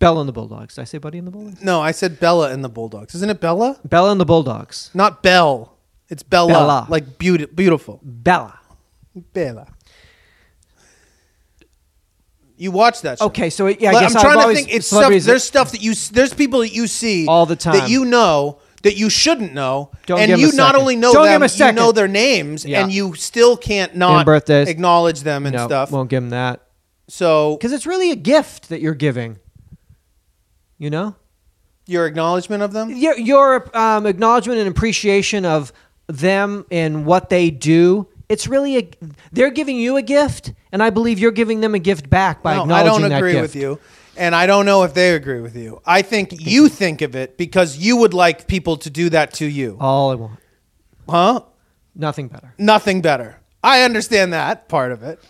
Speaker 2: Bella and the Bulldogs. Did I say Buddy and the Bulldogs?
Speaker 3: No, I said Bella and the Bulldogs. Isn't it Bella?
Speaker 2: Bella and the Bulldogs.
Speaker 3: Not Belle. It's Bella.
Speaker 2: Bella.
Speaker 3: Like beauti- beautiful.
Speaker 2: Bella.
Speaker 3: Bella. You watch that show.
Speaker 2: Okay, so yeah, I
Speaker 3: Like,
Speaker 2: guess
Speaker 3: I'm
Speaker 2: I've
Speaker 3: trying to
Speaker 2: always-
Speaker 3: think. It's stuff,
Speaker 2: celebrities-
Speaker 3: there's stuff that you s- there's people that you see
Speaker 2: All the time.
Speaker 3: that you know that you shouldn't know,
Speaker 2: Don't
Speaker 3: and
Speaker 2: give 'em a
Speaker 3: you not
Speaker 2: second.
Speaker 3: only know
Speaker 2: Don't give 'em
Speaker 3: them,
Speaker 2: a
Speaker 3: you
Speaker 2: second.
Speaker 3: know their names,
Speaker 2: Yeah.
Speaker 3: and you still can't
Speaker 2: And
Speaker 3: not
Speaker 2: birthdays.
Speaker 3: acknowledge them and
Speaker 2: no,
Speaker 3: stuff.
Speaker 2: won't give him that
Speaker 3: so
Speaker 2: because it's really a gift that you're giving. You know,
Speaker 3: your acknowledgement of them.
Speaker 2: your, your um, acknowledgement and appreciation of them and what they do. It's really a they're giving you a gift, and I believe you're giving them a gift back by
Speaker 3: I
Speaker 2: acknowledging
Speaker 3: don't
Speaker 2: that
Speaker 3: agree
Speaker 2: gift.
Speaker 3: with you, and I don't know if they agree with you. I think you think of it because you would like people to do that to you,
Speaker 2: All I want,
Speaker 3: huh?
Speaker 2: nothing better.
Speaker 3: Nothing better. I understand that part of it,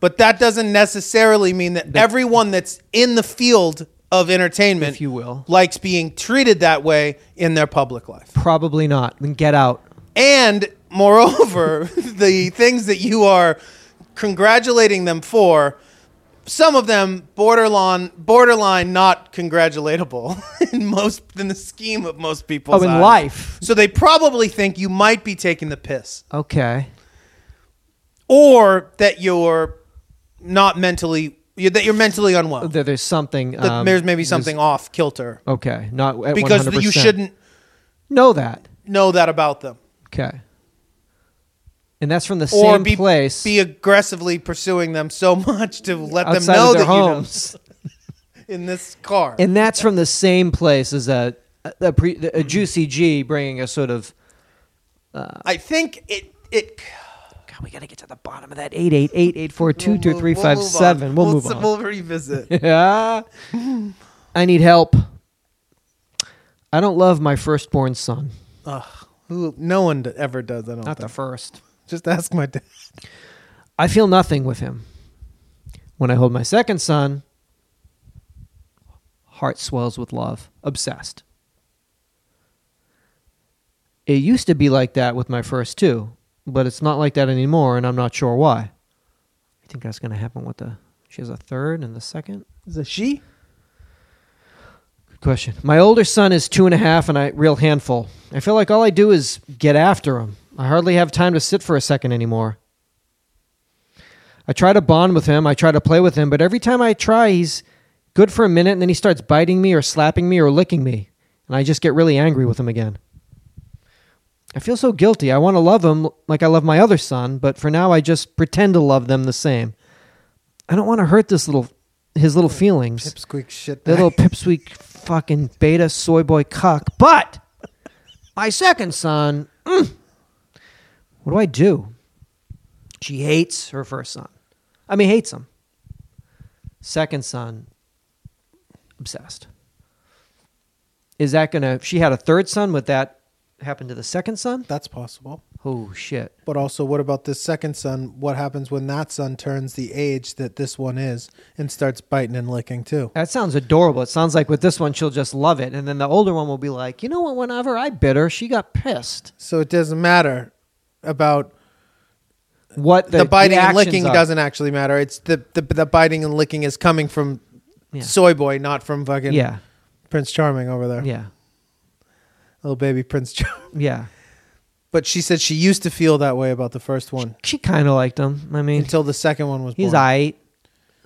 Speaker 3: but that doesn't necessarily mean that everyone that's in the field of entertainment,
Speaker 2: If you will.
Speaker 3: likes being treated that way in their public life.
Speaker 2: Probably not. Then get out.
Speaker 3: And moreover, the things that you are congratulating them for, some of them borderline borderline not congratulatable in most in the scheme of most people's
Speaker 2: Oh, in
Speaker 3: eyes.
Speaker 2: life.
Speaker 3: So they probably think you might be taking the piss
Speaker 2: Okay.
Speaker 3: or that you're not mentally you- that you're mentally unwell.
Speaker 2: There, there's something.
Speaker 3: that
Speaker 2: um,
Speaker 3: there's maybe something off kilter
Speaker 2: Okay, not at
Speaker 3: because
Speaker 2: 100%.
Speaker 3: you shouldn't
Speaker 2: know that.
Speaker 3: know that about them
Speaker 2: Okay. And that's from the
Speaker 3: or
Speaker 2: same
Speaker 3: be,
Speaker 2: place
Speaker 3: be aggressively pursuing them so much to let them
Speaker 2: outside
Speaker 3: know
Speaker 2: of their
Speaker 3: that
Speaker 2: homes.
Speaker 3: you know in this car.
Speaker 2: and that's from the same place as a a, a, pre, a juicy G bringing a sort of
Speaker 3: I think it it
Speaker 2: God, we got to get to the bottom of that eight eight eight eight four two two
Speaker 3: we'll-
Speaker 2: three
Speaker 3: we'll
Speaker 2: five
Speaker 3: move on.
Speaker 2: seven. We'll move
Speaker 3: s-
Speaker 2: on.
Speaker 3: We'll revisit.
Speaker 2: Yeah. I need help. I don't love my firstborn son.
Speaker 3: Ugh, who no one d- ever does. I don't.
Speaker 2: Not the
Speaker 3: think.
Speaker 2: first.
Speaker 3: Just ask my dad.
Speaker 2: I feel nothing with him. When I hold my second son, heart swells with love, obsessed. It used to be like that with my first two, but it's not like that anymore, and I'm not sure why. I think that's going to happen with the. She has a third and the second?
Speaker 3: Is it she?
Speaker 2: Good question. My older son is two and a half, and I real handful. I feel like all I do is get after him. I hardly have time to sit for a second anymore. I try to bond with him. I try to play with him, but every time I try, he's good for a minute, and then he starts biting me or slapping me or licking me, and I just get really angry with him again. I feel so guilty. I want to love him like I love my other son, but for now, I just pretend to love them the same. I don't want to hurt this little his little feelings
Speaker 3: Pipsqueak shit.
Speaker 2: the little pipsqueak fucking beta soy boy cuck. But my second son, mm, what do I do? She hates her first son. I mean, hates him. Second son, obsessed. Is that gonna? She had a third son. Would that happen to the second son?
Speaker 3: That's possible.
Speaker 2: Oh shit!
Speaker 3: But also, what about this second son? What happens when that son turns the age that this one is and starts biting and licking too?
Speaker 2: That sounds adorable. It sounds like with this one, she'll just love it, and then the older one will be like, you know what? Whenever I bit her, she got pissed.
Speaker 3: So it doesn't matter about
Speaker 2: What the,
Speaker 3: the, biting and
Speaker 2: actions
Speaker 3: licking
Speaker 2: are.
Speaker 3: doesn't actually matter. It's the, the the biting and licking is coming from
Speaker 2: Yeah.
Speaker 3: Soy Boy, not from fucking
Speaker 2: Yeah.
Speaker 3: Prince Charming over there,
Speaker 2: Yeah.
Speaker 3: little baby Prince Charming.
Speaker 2: Yeah.
Speaker 3: But she said she used to feel that way about the first one
Speaker 2: She kind of liked him. I mean,
Speaker 3: until the second one was
Speaker 2: he's
Speaker 3: born.
Speaker 2: aight.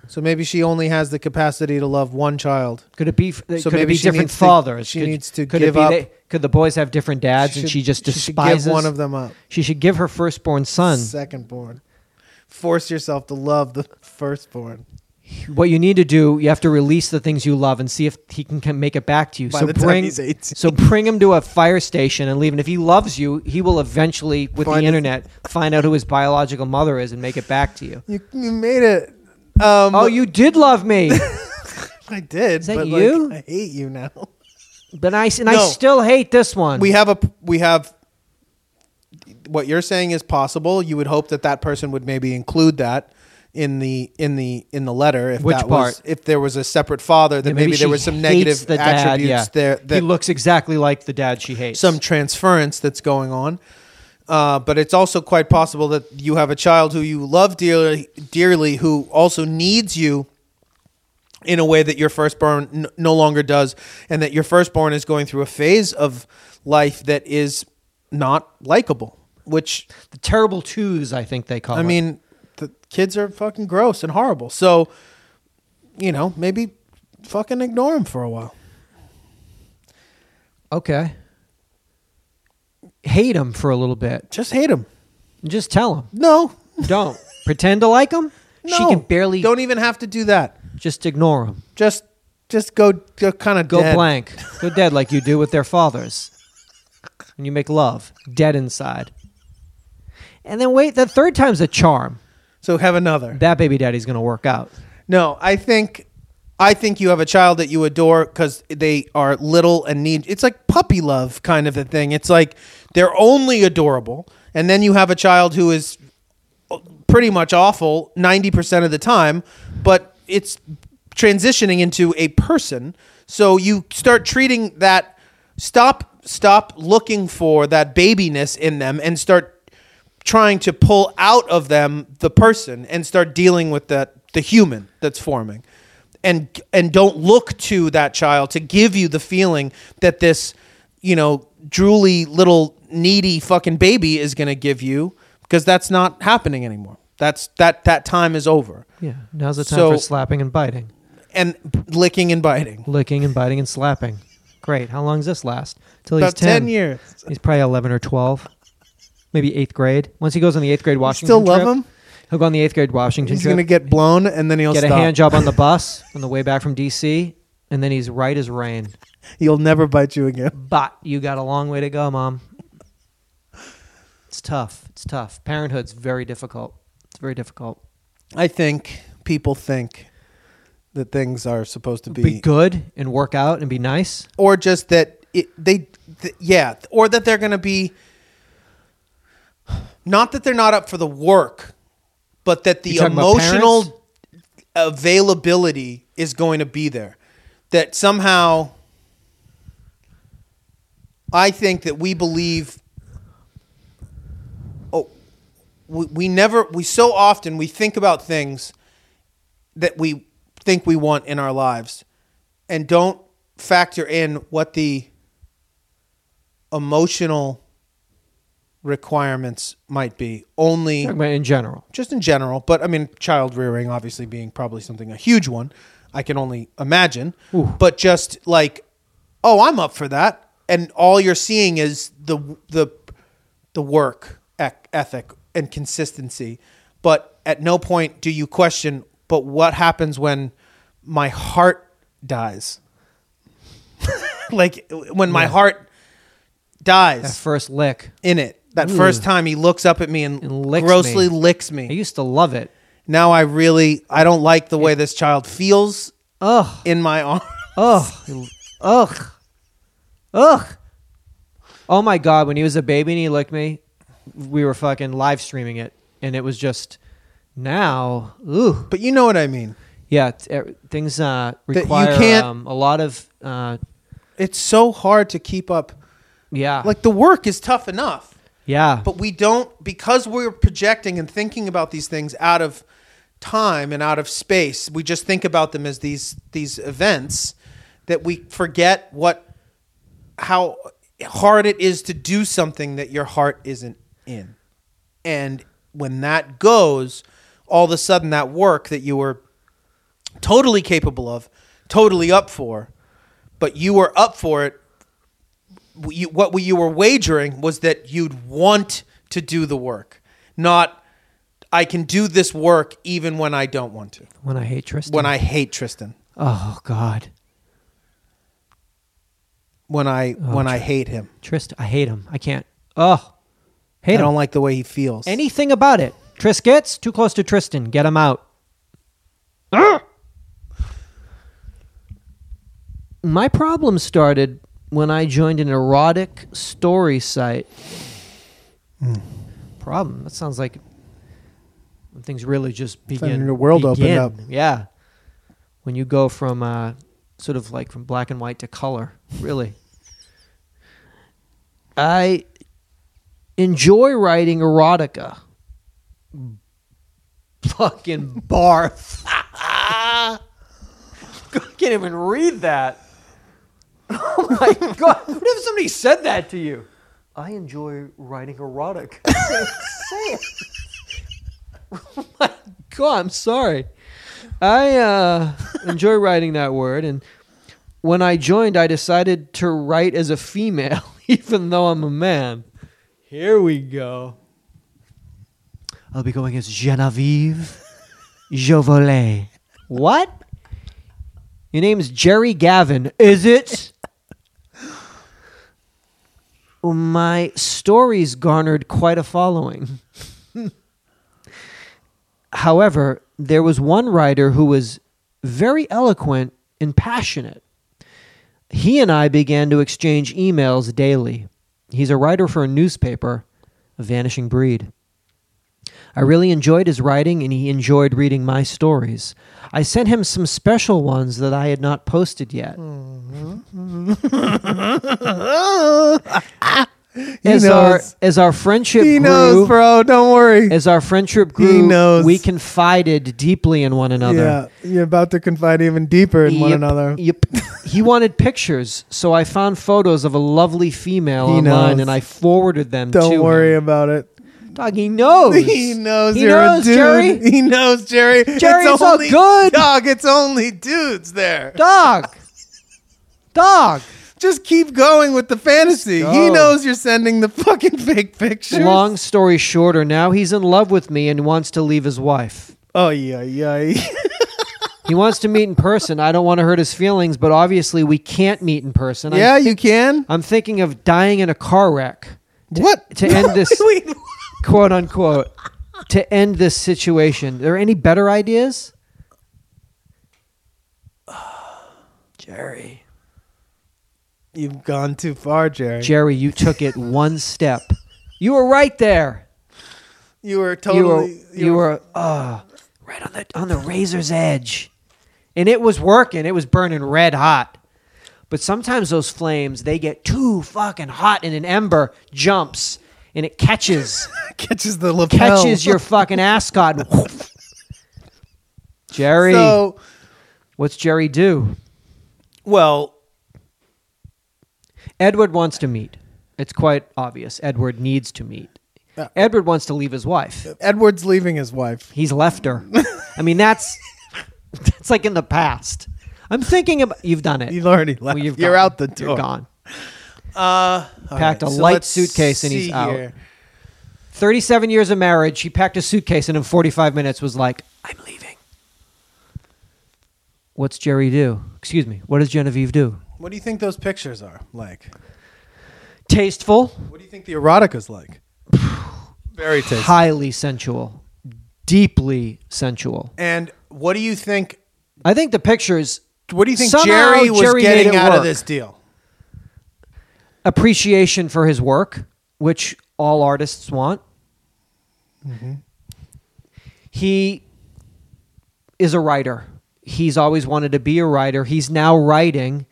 Speaker 3: So maybe she only has the capacity to love one child.
Speaker 2: Could it be? So could
Speaker 3: So
Speaker 2: it
Speaker 3: maybe
Speaker 2: be
Speaker 3: she
Speaker 2: different
Speaker 3: needs to-
Speaker 2: fathers?
Speaker 3: she
Speaker 2: could,
Speaker 3: needs to
Speaker 2: could
Speaker 3: give
Speaker 2: it be
Speaker 3: up.
Speaker 2: They, could the boys have different dads, and
Speaker 3: should-
Speaker 2: she just
Speaker 3: she should give
Speaker 2: despises
Speaker 3: one of them up.
Speaker 2: She should give her firstborn son.
Speaker 3: Second born. Force yourself to love the firstborn.
Speaker 2: What you need to do, you have to release the things you love and see if he can, can make it back to you.
Speaker 3: By
Speaker 2: so
Speaker 3: the time
Speaker 2: bring
Speaker 3: he's 18.
Speaker 2: so bring him to a fire station and leave. And if he loves you, he will eventually, with
Speaker 3: Find
Speaker 2: the
Speaker 3: his-
Speaker 2: internet, find out who his biological mother is and make it back to you.
Speaker 3: You, you made it. Um,
Speaker 2: Oh, you did love me,
Speaker 3: I did.
Speaker 2: Is that
Speaker 3: but
Speaker 2: you?
Speaker 3: Like, I hate you now.
Speaker 2: but I and I
Speaker 3: No.
Speaker 2: still hate this one.
Speaker 3: We have a we have. What you're saying is possible. You would hope that that person would maybe include that in the in the in the letter. If
Speaker 2: Which
Speaker 3: that was
Speaker 2: part?
Speaker 3: if there was a separate father, that
Speaker 2: Yeah,
Speaker 3: maybe, there
Speaker 2: she
Speaker 3: was some
Speaker 2: hates
Speaker 3: negative
Speaker 2: the dad,
Speaker 3: attributes
Speaker 2: yeah.
Speaker 3: there. That
Speaker 2: he looks exactly like the dad she hates.
Speaker 3: some transference that's going on. Uh, but it's also quite possible that you have a child who you love dearly, dearly who also needs you in a way that your firstborn n- no longer does, and that your firstborn is going through a phase of life that is not likable. which
Speaker 2: The terrible twos, I think they call
Speaker 3: I
Speaker 2: it.
Speaker 3: mean, the kids are fucking gross and horrible. So, you know, maybe fucking ignore them for a while.
Speaker 2: okay. Hate them for a little bit.
Speaker 3: Just hate them.
Speaker 2: Just tell them.
Speaker 3: No,
Speaker 2: Don't pretend to like them.
Speaker 3: no.
Speaker 2: She can barely
Speaker 3: Don't even have to do that.
Speaker 2: just ignore them.
Speaker 3: Just, just go, go kind of
Speaker 2: Go blank. Go dead like you do with their fathers. When you make love, dead inside. And then wait, the third time's a charm.
Speaker 3: So have another.
Speaker 2: That baby daddy's going to work out.
Speaker 3: No, I think I think you have a child that you adore because they are little and need. It's like puppy love kind of a thing. It's like they're only adorable, and then you have a child who is pretty much awful ninety percent of the time, but it's transitioning into a person. So you start treating that. Stop. Stop looking for that babiness in them and start trying to pull out of them the person and start dealing with that the human that's forming and and don't look to that child to give you the feeling that this you know drooly little needy fucking baby is going to give you because that's not happening anymore that's that that time is over
Speaker 2: Yeah. Now's the time
Speaker 3: So-
Speaker 2: for slapping and biting,
Speaker 3: and licking and biting
Speaker 2: licking and biting and slapping. Great. How long does this last? Till he's
Speaker 3: about 10
Speaker 2: 10
Speaker 3: years
Speaker 2: He's probably 11 or 12, maybe eighth grade. Once he goes on the eighth grade Washington
Speaker 3: still love
Speaker 2: trip,
Speaker 3: him?
Speaker 2: He'll go on the eighth grade Washington
Speaker 3: he's
Speaker 2: trip.
Speaker 3: going to get blown and then he'll
Speaker 2: get
Speaker 3: stop
Speaker 2: a hand job on the bus on the way back from D.C., and then he's right as rain.
Speaker 3: he'll never bite you again
Speaker 2: But you got a long way to go, Mom. It's tough. It's tough. Parenthood's very difficult. It's very difficult.
Speaker 3: i think people think that things are supposed to
Speaker 2: Be, good and work out and be nice.
Speaker 3: or just that it, they, th- yeah, or that they're going to be, not that they're not up for the work, but that the
Speaker 2: You talking about parents?
Speaker 3: emotional availability is going to be there. That somehow, I think that we believe, oh, we, we never, we so often, we think about things that we think we want in our lives and don't factor in what the emotional requirements might be only
Speaker 2: Talking about in general.
Speaker 3: just in general but i mean child rearing obviously being probably something a huge one i can only imagine
Speaker 2: Ooh.
Speaker 3: but just like oh i'm up for that and all you're seeing is the the the work ec- ethic and consistency but at no point do you question but what happens when my heart dies like when my heart
Speaker 2: That
Speaker 3: dies
Speaker 2: first lick.
Speaker 3: in it that first time he looks up at me and,
Speaker 2: And licks
Speaker 3: grossly
Speaker 2: me.
Speaker 3: licks
Speaker 2: I
Speaker 3: me
Speaker 2: used to love it.
Speaker 3: now I really I don't like the way this child feels
Speaker 2: Ugh.
Speaker 3: in my arm.
Speaker 2: Ugh. Ugh. Ugh. Oh my god, when he was a baby and he licked me, we were fucking live streaming it and it was just now, ooh.
Speaker 3: But you know what I mean.
Speaker 2: Yeah, t- er, things uh
Speaker 3: you
Speaker 2: require
Speaker 3: can't-
Speaker 2: um, a lot of uh
Speaker 3: It's so hard to keep up.
Speaker 2: yeah.
Speaker 3: Like the work is tough enough,
Speaker 2: yeah.
Speaker 3: but we don't because we're projecting and thinking about these things out of time and out of space. We just think about them as these these events that we forget what how hard it is to do something that your heart isn't in. And when that goes, all of a sudden that work that you were totally capable of, totally up for, but you were up for it. You, what you were wagering was that you'd want to do the work, not I can do this work even when I don't want to,
Speaker 2: when I hate Tristan.
Speaker 3: when I hate Tristan,
Speaker 2: Oh god.
Speaker 3: when I
Speaker 2: Oh,
Speaker 3: when I hate him.
Speaker 2: Trist I hate him. I can't. Ugh. Hate
Speaker 3: I
Speaker 2: him.
Speaker 3: don't like the way he feels.
Speaker 2: Anything about it. Tris gets too close to Tristan. Get him out. Ah! My problem started when I joined an erotic story site. Problem. That sounds like when things really just begin.
Speaker 3: your world opened
Speaker 2: begin.
Speaker 3: up.
Speaker 2: Yeah. When you go from uh, sort of like from black and white to color, really. I enjoy writing erotica. Fucking barf. can't even read that. Oh my god! What if somebody said that to you? I enjoy writing erotic. Say it. Oh my God, I'm sorry. I uh, enjoy writing that word, and when I joined, I decided to write as a female, even though I'm a man. Here we go. I'll be going as Genevieve Jovolet. What? Your name's Jerry Gavin, is it? Well, my stories garnered quite a following. However, there was one writer who was very eloquent and passionate. He and I began to exchange emails daily. He's a writer for a newspaper, A Vanishing Breed. I really enjoyed his writing and he enjoyed reading my stories. I sent him some special ones that I had not posted yet.
Speaker 3: Mm-hmm. He
Speaker 2: as our
Speaker 3: knows.
Speaker 2: as our friendship
Speaker 3: He
Speaker 2: grew,
Speaker 3: knows, bro. Don't worry.
Speaker 2: as our friendship grew,
Speaker 3: knows.
Speaker 2: we confided deeply in one another.
Speaker 3: Yeah, you're about to confide even deeper in one
Speaker 2: Yep,
Speaker 3: another.
Speaker 2: Yep. he wanted pictures, so I found photos of a lovely female
Speaker 3: He
Speaker 2: online,
Speaker 3: knows.
Speaker 2: and I forwarded them. to
Speaker 3: Don't worry
Speaker 2: him.
Speaker 3: about it.
Speaker 2: dog. He knows.
Speaker 3: He knows
Speaker 2: He
Speaker 3: you're a
Speaker 2: knows,
Speaker 3: dude.
Speaker 2: Jerry.
Speaker 3: He knows, Jerry.
Speaker 2: Jerry, it's all good.
Speaker 3: Dog, it's only dudes there.
Speaker 2: Dog. dog.
Speaker 3: Just keep going with the fantasy. He
Speaker 2: Go.
Speaker 3: knows you're sending the fucking fake pictures.
Speaker 2: Long story shorter, now he's in love with me and wants to leave his wife.
Speaker 3: Oh yeah, yeah.
Speaker 2: He wants to meet in person. I don't want to hurt his feelings, but obviously we can't meet in person. I'm-
Speaker 3: yeah, you can.
Speaker 2: I'm thinking of dying in a car wreck.
Speaker 3: what?
Speaker 2: to end this-
Speaker 3: Wait, wait.
Speaker 2: quote unquote to end this situation. Are there any better ideas? Jerry.
Speaker 3: You've gone too far, Jerry.
Speaker 2: Jerry, you took it one step. You were right there.
Speaker 3: you were totally.
Speaker 2: you were you were uh, right on the on the razor's edge. And it was working. It was burning red hot. But sometimes those flames, they get too fucking hot and an ember jumps and it catches
Speaker 3: catches the lapel.
Speaker 2: catches your fucking ascot. and whoof. Jerry,
Speaker 3: So
Speaker 2: what's Jerry do?
Speaker 3: well,
Speaker 2: Edward wants to meet. It's quite obvious. Edward needs to meet. Edward wants to leave his wife.
Speaker 3: Edward's leaving his wife.
Speaker 2: He's left her. I mean, that's that's like in the past. I'm thinking about you've done it.
Speaker 3: You've already left.
Speaker 2: Well, you've
Speaker 3: you're
Speaker 2: gone.
Speaker 3: out the door.
Speaker 2: You're gone.
Speaker 3: Uh, all
Speaker 2: Packed a
Speaker 3: so
Speaker 2: light
Speaker 3: let's
Speaker 2: suitcase and he's
Speaker 3: see
Speaker 2: out. 37 years of marriage. He packed a suitcase and in 45 minutes was like, "I'm leaving." What's Jerry do? Excuse me. What does Genevieve do?
Speaker 3: What do you think those pictures are like?
Speaker 2: Tasteful.
Speaker 3: What do you think the erotica's like? Very tasty.
Speaker 2: highly sensual, deeply sensual.
Speaker 3: And what do you think?
Speaker 2: I think the pictures
Speaker 3: What do you think
Speaker 2: Somehow
Speaker 3: Jerry was
Speaker 2: Jerry made
Speaker 3: getting
Speaker 2: it
Speaker 3: out of
Speaker 2: work.
Speaker 3: this deal?
Speaker 2: appreciation for his work, which all artists want. He is a writer. He's always wanted to be a writer. He's now writing,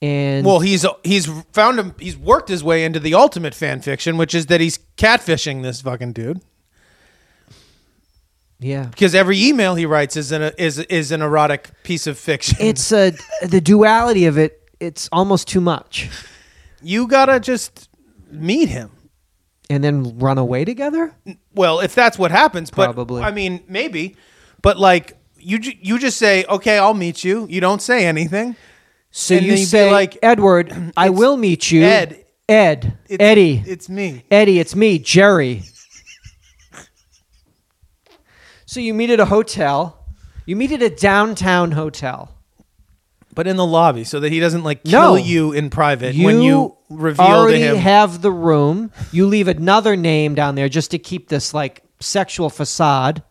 Speaker 2: and
Speaker 3: Well, he's he's found him. He's worked his way into the ultimate fan fiction, which is that he's catfishing this fucking dude
Speaker 2: yeah,
Speaker 3: because every email he writes is an is is an erotic piece of fiction.
Speaker 2: it's a the duality of it. It's almost too much.
Speaker 3: you gotta just meet him.
Speaker 2: And then run away together.
Speaker 3: Well, if that's what happens, but
Speaker 2: Probably.
Speaker 3: I mean, maybe, but like you ju- you just say, okay, I'll meet you. You don't say anything.
Speaker 2: So
Speaker 3: And
Speaker 2: you
Speaker 3: then you'd be
Speaker 2: say,
Speaker 3: like,
Speaker 2: like Edward, I will meet you,
Speaker 3: Ed.
Speaker 2: Ed,
Speaker 3: It's,
Speaker 2: Eddie,
Speaker 3: it's me.
Speaker 2: Eddie, it's me, Jerry. so you meet at a hotel. You meet at a downtown hotel.
Speaker 3: But in the lobby, so that he doesn't like
Speaker 2: No.
Speaker 3: kill you in private when you reveal to
Speaker 2: already
Speaker 3: him.
Speaker 2: have the room. You leave another name down there just to keep this like sexual facade.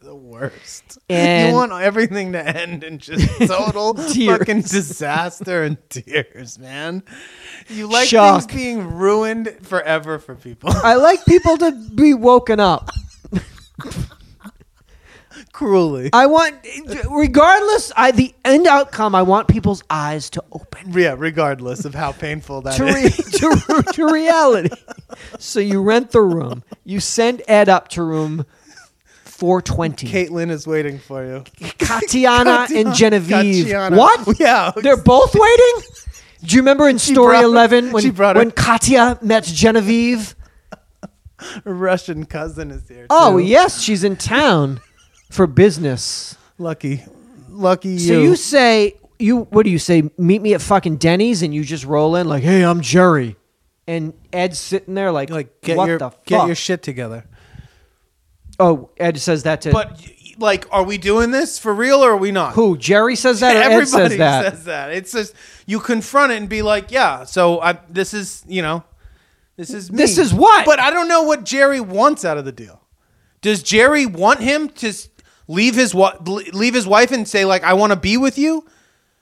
Speaker 3: the worst.
Speaker 2: And-
Speaker 3: you want everything to end in just total
Speaker 2: Tears.
Speaker 3: fucking disaster and tears, man. You like
Speaker 2: Shock.
Speaker 3: things being ruined forever for people.
Speaker 2: I like people to be woken up.
Speaker 3: Cruelly.
Speaker 2: I want, regardless, I the end outcome. I want people's eyes to open.
Speaker 3: yeah, regardless of how painful that
Speaker 2: to,
Speaker 3: is.
Speaker 2: re- to, to reality. So you rent the room. You send Ed up to room 420.
Speaker 3: Caitlin is waiting for you.
Speaker 2: Katiana and Genevieve.
Speaker 3: Katiana.
Speaker 2: What?
Speaker 3: Yeah.
Speaker 2: They're both waiting? Do you remember in story
Speaker 3: brought-
Speaker 2: eleven when
Speaker 3: she brought her-
Speaker 2: when Katya met Genevieve?
Speaker 3: Her Russian cousin is there.
Speaker 2: Oh
Speaker 3: too.
Speaker 2: yes, she's in town for business.
Speaker 3: Lucky, lucky you.
Speaker 2: So you say you what do you say? Meet me at fucking Denny's, and you just roll in like, hey, I'm Jerry, and Ed's sitting there like,
Speaker 3: like get
Speaker 2: what
Speaker 3: your
Speaker 2: the fuck?
Speaker 3: get your shit together.
Speaker 2: oh, Ed says that to
Speaker 3: But y- like, are we doing this for real or are we not?
Speaker 2: who? Jerry says that, or
Speaker 3: Everybody
Speaker 2: Ed says that.
Speaker 3: It's just you confront it and be like, yeah. So I, this is you know, this is me.
Speaker 2: This is what?
Speaker 3: But I don't know what Jerry wants out of the deal. Does Jerry want him to s- leave his wa- leave his wife and say like, I want to be with you?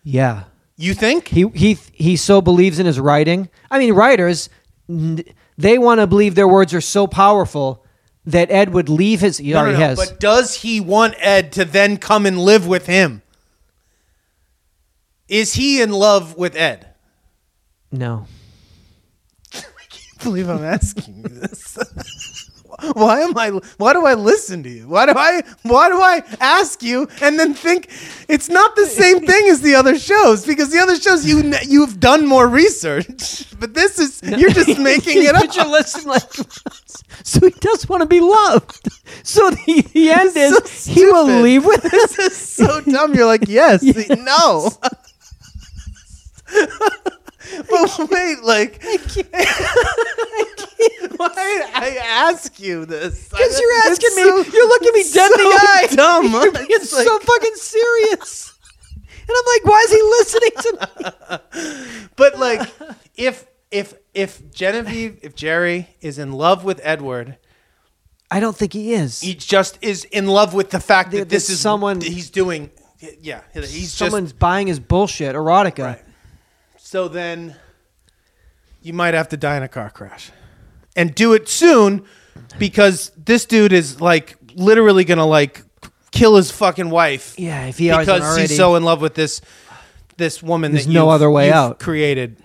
Speaker 2: yeah,
Speaker 3: You think?
Speaker 2: he he he so believes in his writing. I mean, writers n- they want to believe their words are so powerful that Ed would leave his. He
Speaker 3: No, no,
Speaker 2: already
Speaker 3: no,
Speaker 2: has.
Speaker 3: But does he want Ed to then come and live with him? Is he in love with Ed?
Speaker 2: no,
Speaker 3: can't believe I'm asking you this. why am I? Why do I listen to you? Why do I? Why do I ask you and then think it's not the same thing as the other shows? Because the other shows you kn- you've done more research, but this is you're just making it
Speaker 2: But
Speaker 3: up.
Speaker 2: you're listening like, so he does want to be loved. So the, the end is
Speaker 3: so
Speaker 2: he will
Speaker 3: stupid.
Speaker 2: leave with
Speaker 3: This is so dumb. You're like yes, no. but wait, like. Why I ask you this?
Speaker 2: Because you're
Speaker 3: It's
Speaker 2: asking me,
Speaker 3: so-
Speaker 2: you're looking me dead in the
Speaker 3: so
Speaker 2: eye.
Speaker 3: dumb.
Speaker 2: You're being
Speaker 3: It's like-
Speaker 2: so fucking serious. And I'm like, why is he listening to me?
Speaker 3: But like, if if if Genevieve, if Jerry is in love with Edward,
Speaker 2: I don't think he is.
Speaker 3: he just is in love with the fact that,
Speaker 2: That-
Speaker 3: this
Speaker 2: that
Speaker 3: is
Speaker 2: someone-
Speaker 3: he's doing. Yeah, he's
Speaker 2: Someone's buying his bullshit, erotica.
Speaker 3: Right. just so then you might have to die in a car crash, and do it soon because this dude is like literally gonna like kill his fucking wife.
Speaker 2: Yeah, if he hasn't
Speaker 3: because
Speaker 2: already
Speaker 3: he's so in love with this this woman
Speaker 2: There's
Speaker 3: that
Speaker 2: no
Speaker 3: you've-
Speaker 2: other way
Speaker 3: you've
Speaker 2: out.
Speaker 3: created.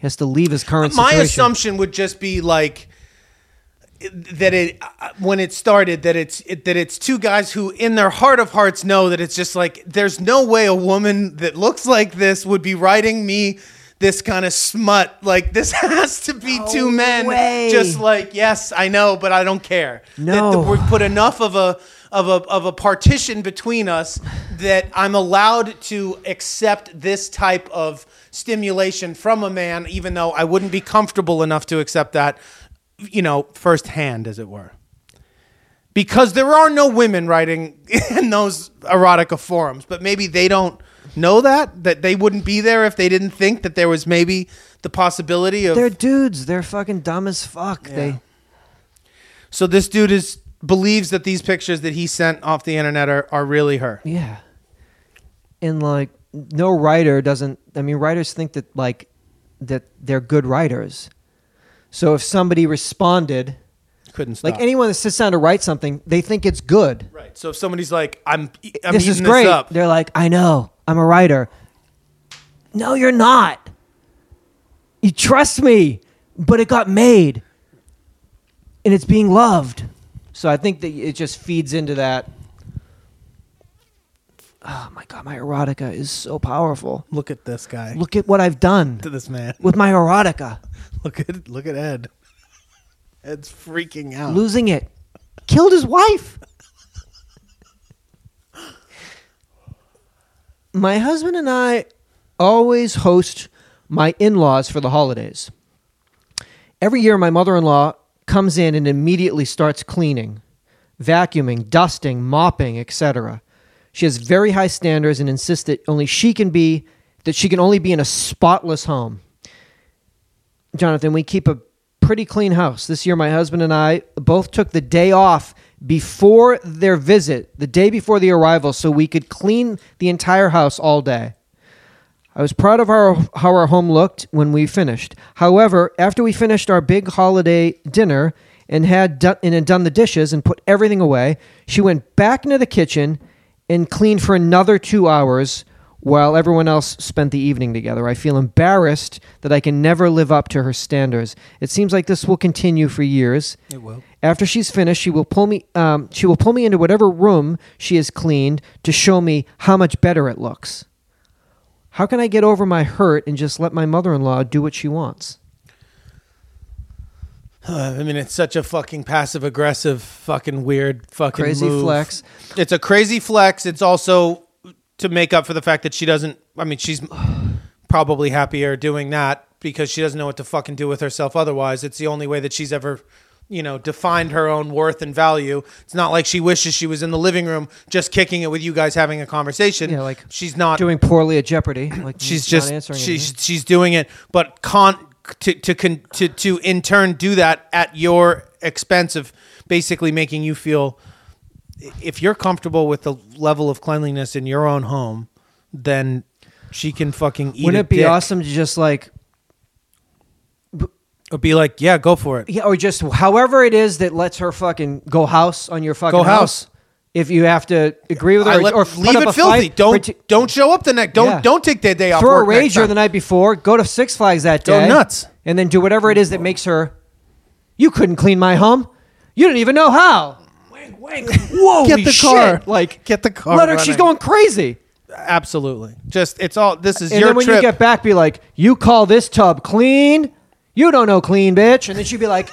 Speaker 2: has to leave his current
Speaker 3: my
Speaker 2: situation.
Speaker 3: assumption would just be like that it uh, when it started that it's it, that it's two guys who in their heart of hearts know that it's just like there's no way a woman that looks like this would be writing me this kind of smut like this has to be two men
Speaker 2: way.
Speaker 3: just like yes i know but i don't care that the,
Speaker 2: No.
Speaker 3: we've put enough of a of a of a partition between us that i'm allowed to accept this type of stimulation from a man even though i wouldn't be comfortable enough to accept that you know firsthand as it were because there are no women writing in those erotica forums, but maybe they don't know that that they wouldn't be there if they didn't think that there was maybe the possibility of
Speaker 2: They're dudes. They're fucking dumb as fuck. They
Speaker 3: so this dude is believes that these pictures that he sent off the internet are, are really her
Speaker 2: Yeah. And like no writer doesn't I mean writers think that like that they're good writers. So if somebody responded
Speaker 3: couldn't stop
Speaker 2: like anyone that sits down to write something, they think it's good.
Speaker 3: right so if somebody's like i'm e, i'm
Speaker 2: this
Speaker 3: eating
Speaker 2: is great.
Speaker 3: this up
Speaker 2: They're like, I know, I'm a writer. No, you're not. You trust me, but it got made, and it's being loved. So I think that it just feeds into that. Oh my god, my erotica is so powerful.
Speaker 3: look at this guy
Speaker 2: Look at what I've done
Speaker 3: to this man
Speaker 2: with my erotica,
Speaker 3: look at look at ed ed's freaking out
Speaker 2: losing it, killed his wife. my husband and I always host my in laws for the holidays. Every year, my mother in law comes in and immediately starts cleaning, vacuuming, dusting, mopping, etc. She has very high standards and insists that only she can be, that she can only be in a spotless home. Jonathan, we keep a pretty clean house. This year, my husband and I both took the day off before their visit, the day before the arrival, so we could clean the entire house all day. I was proud of our, how our home looked when we finished. However, after we finished our big holiday dinner and had, done, and had done the dishes and put everything away, she went back into the kitchen and cleaned for another two hours while everyone else spent the evening together. I feel embarrassed that I can never live up to her standards. It seems like this will continue for years. It will. After she's finished, she will pull me. Um, she will pull me into whatever room she has cleaned to show me how much better it looks. How can I get over my hurt and just let my mother in law do what she wants?
Speaker 3: Uh, I mean, it's such a fucking passive aggressive, fucking weird, fucking
Speaker 2: Crazy
Speaker 3: move.
Speaker 2: flex.
Speaker 3: It's a crazy flex. It's also to make up for the fact that she doesn't. I mean, she's probably happier doing that because she doesn't know what to fucking do with herself. Otherwise, it's the only way that she's ever, you know, defined her own worth and value. It's not like she wishes she was in the living room just kicking it with you guys having a conversation.
Speaker 2: Yeah, like
Speaker 3: she's not
Speaker 2: Doing poorly at Jeopardy. Like
Speaker 3: Uh, she's
Speaker 2: not
Speaker 3: just
Speaker 2: answering.
Speaker 3: she's
Speaker 2: anything.
Speaker 3: she's doing it but con to to con to to in turn do that at your expense of basically making you feel if you're comfortable with the level of cleanliness in your own home then she can fucking eat
Speaker 2: Wouldn't
Speaker 3: a
Speaker 2: it be
Speaker 3: dick
Speaker 2: awesome to just like
Speaker 3: or be like yeah go for it
Speaker 2: Yeah, or just however it is that lets her fucking go house on your fucking
Speaker 3: Go
Speaker 2: house.
Speaker 3: house.
Speaker 2: If you have to agree with her,
Speaker 3: I
Speaker 2: or-
Speaker 3: let-
Speaker 2: or put
Speaker 3: leave
Speaker 2: up a
Speaker 3: it filthy
Speaker 2: fight,
Speaker 3: don't
Speaker 2: parti-
Speaker 3: don't show up the next don't
Speaker 2: Yeah.
Speaker 3: don't take that day off
Speaker 2: throw a
Speaker 3: work next
Speaker 2: rager
Speaker 3: time.
Speaker 2: the night before, go to Six Flags that
Speaker 3: Go
Speaker 2: day,
Speaker 3: nuts.
Speaker 2: and then do whatever it is that makes her. You couldn't clean my home. You didn't even know how. Whoa!
Speaker 3: Get the car.
Speaker 2: Like
Speaker 3: Get the car
Speaker 2: Let her. She's
Speaker 3: running.
Speaker 2: going crazy.
Speaker 3: absolutely just it's all this is
Speaker 2: And
Speaker 3: your
Speaker 2: then when
Speaker 3: trip
Speaker 2: you get back, be like, "You call this tub clean? You don't know clean, bitch." And then she'd be like,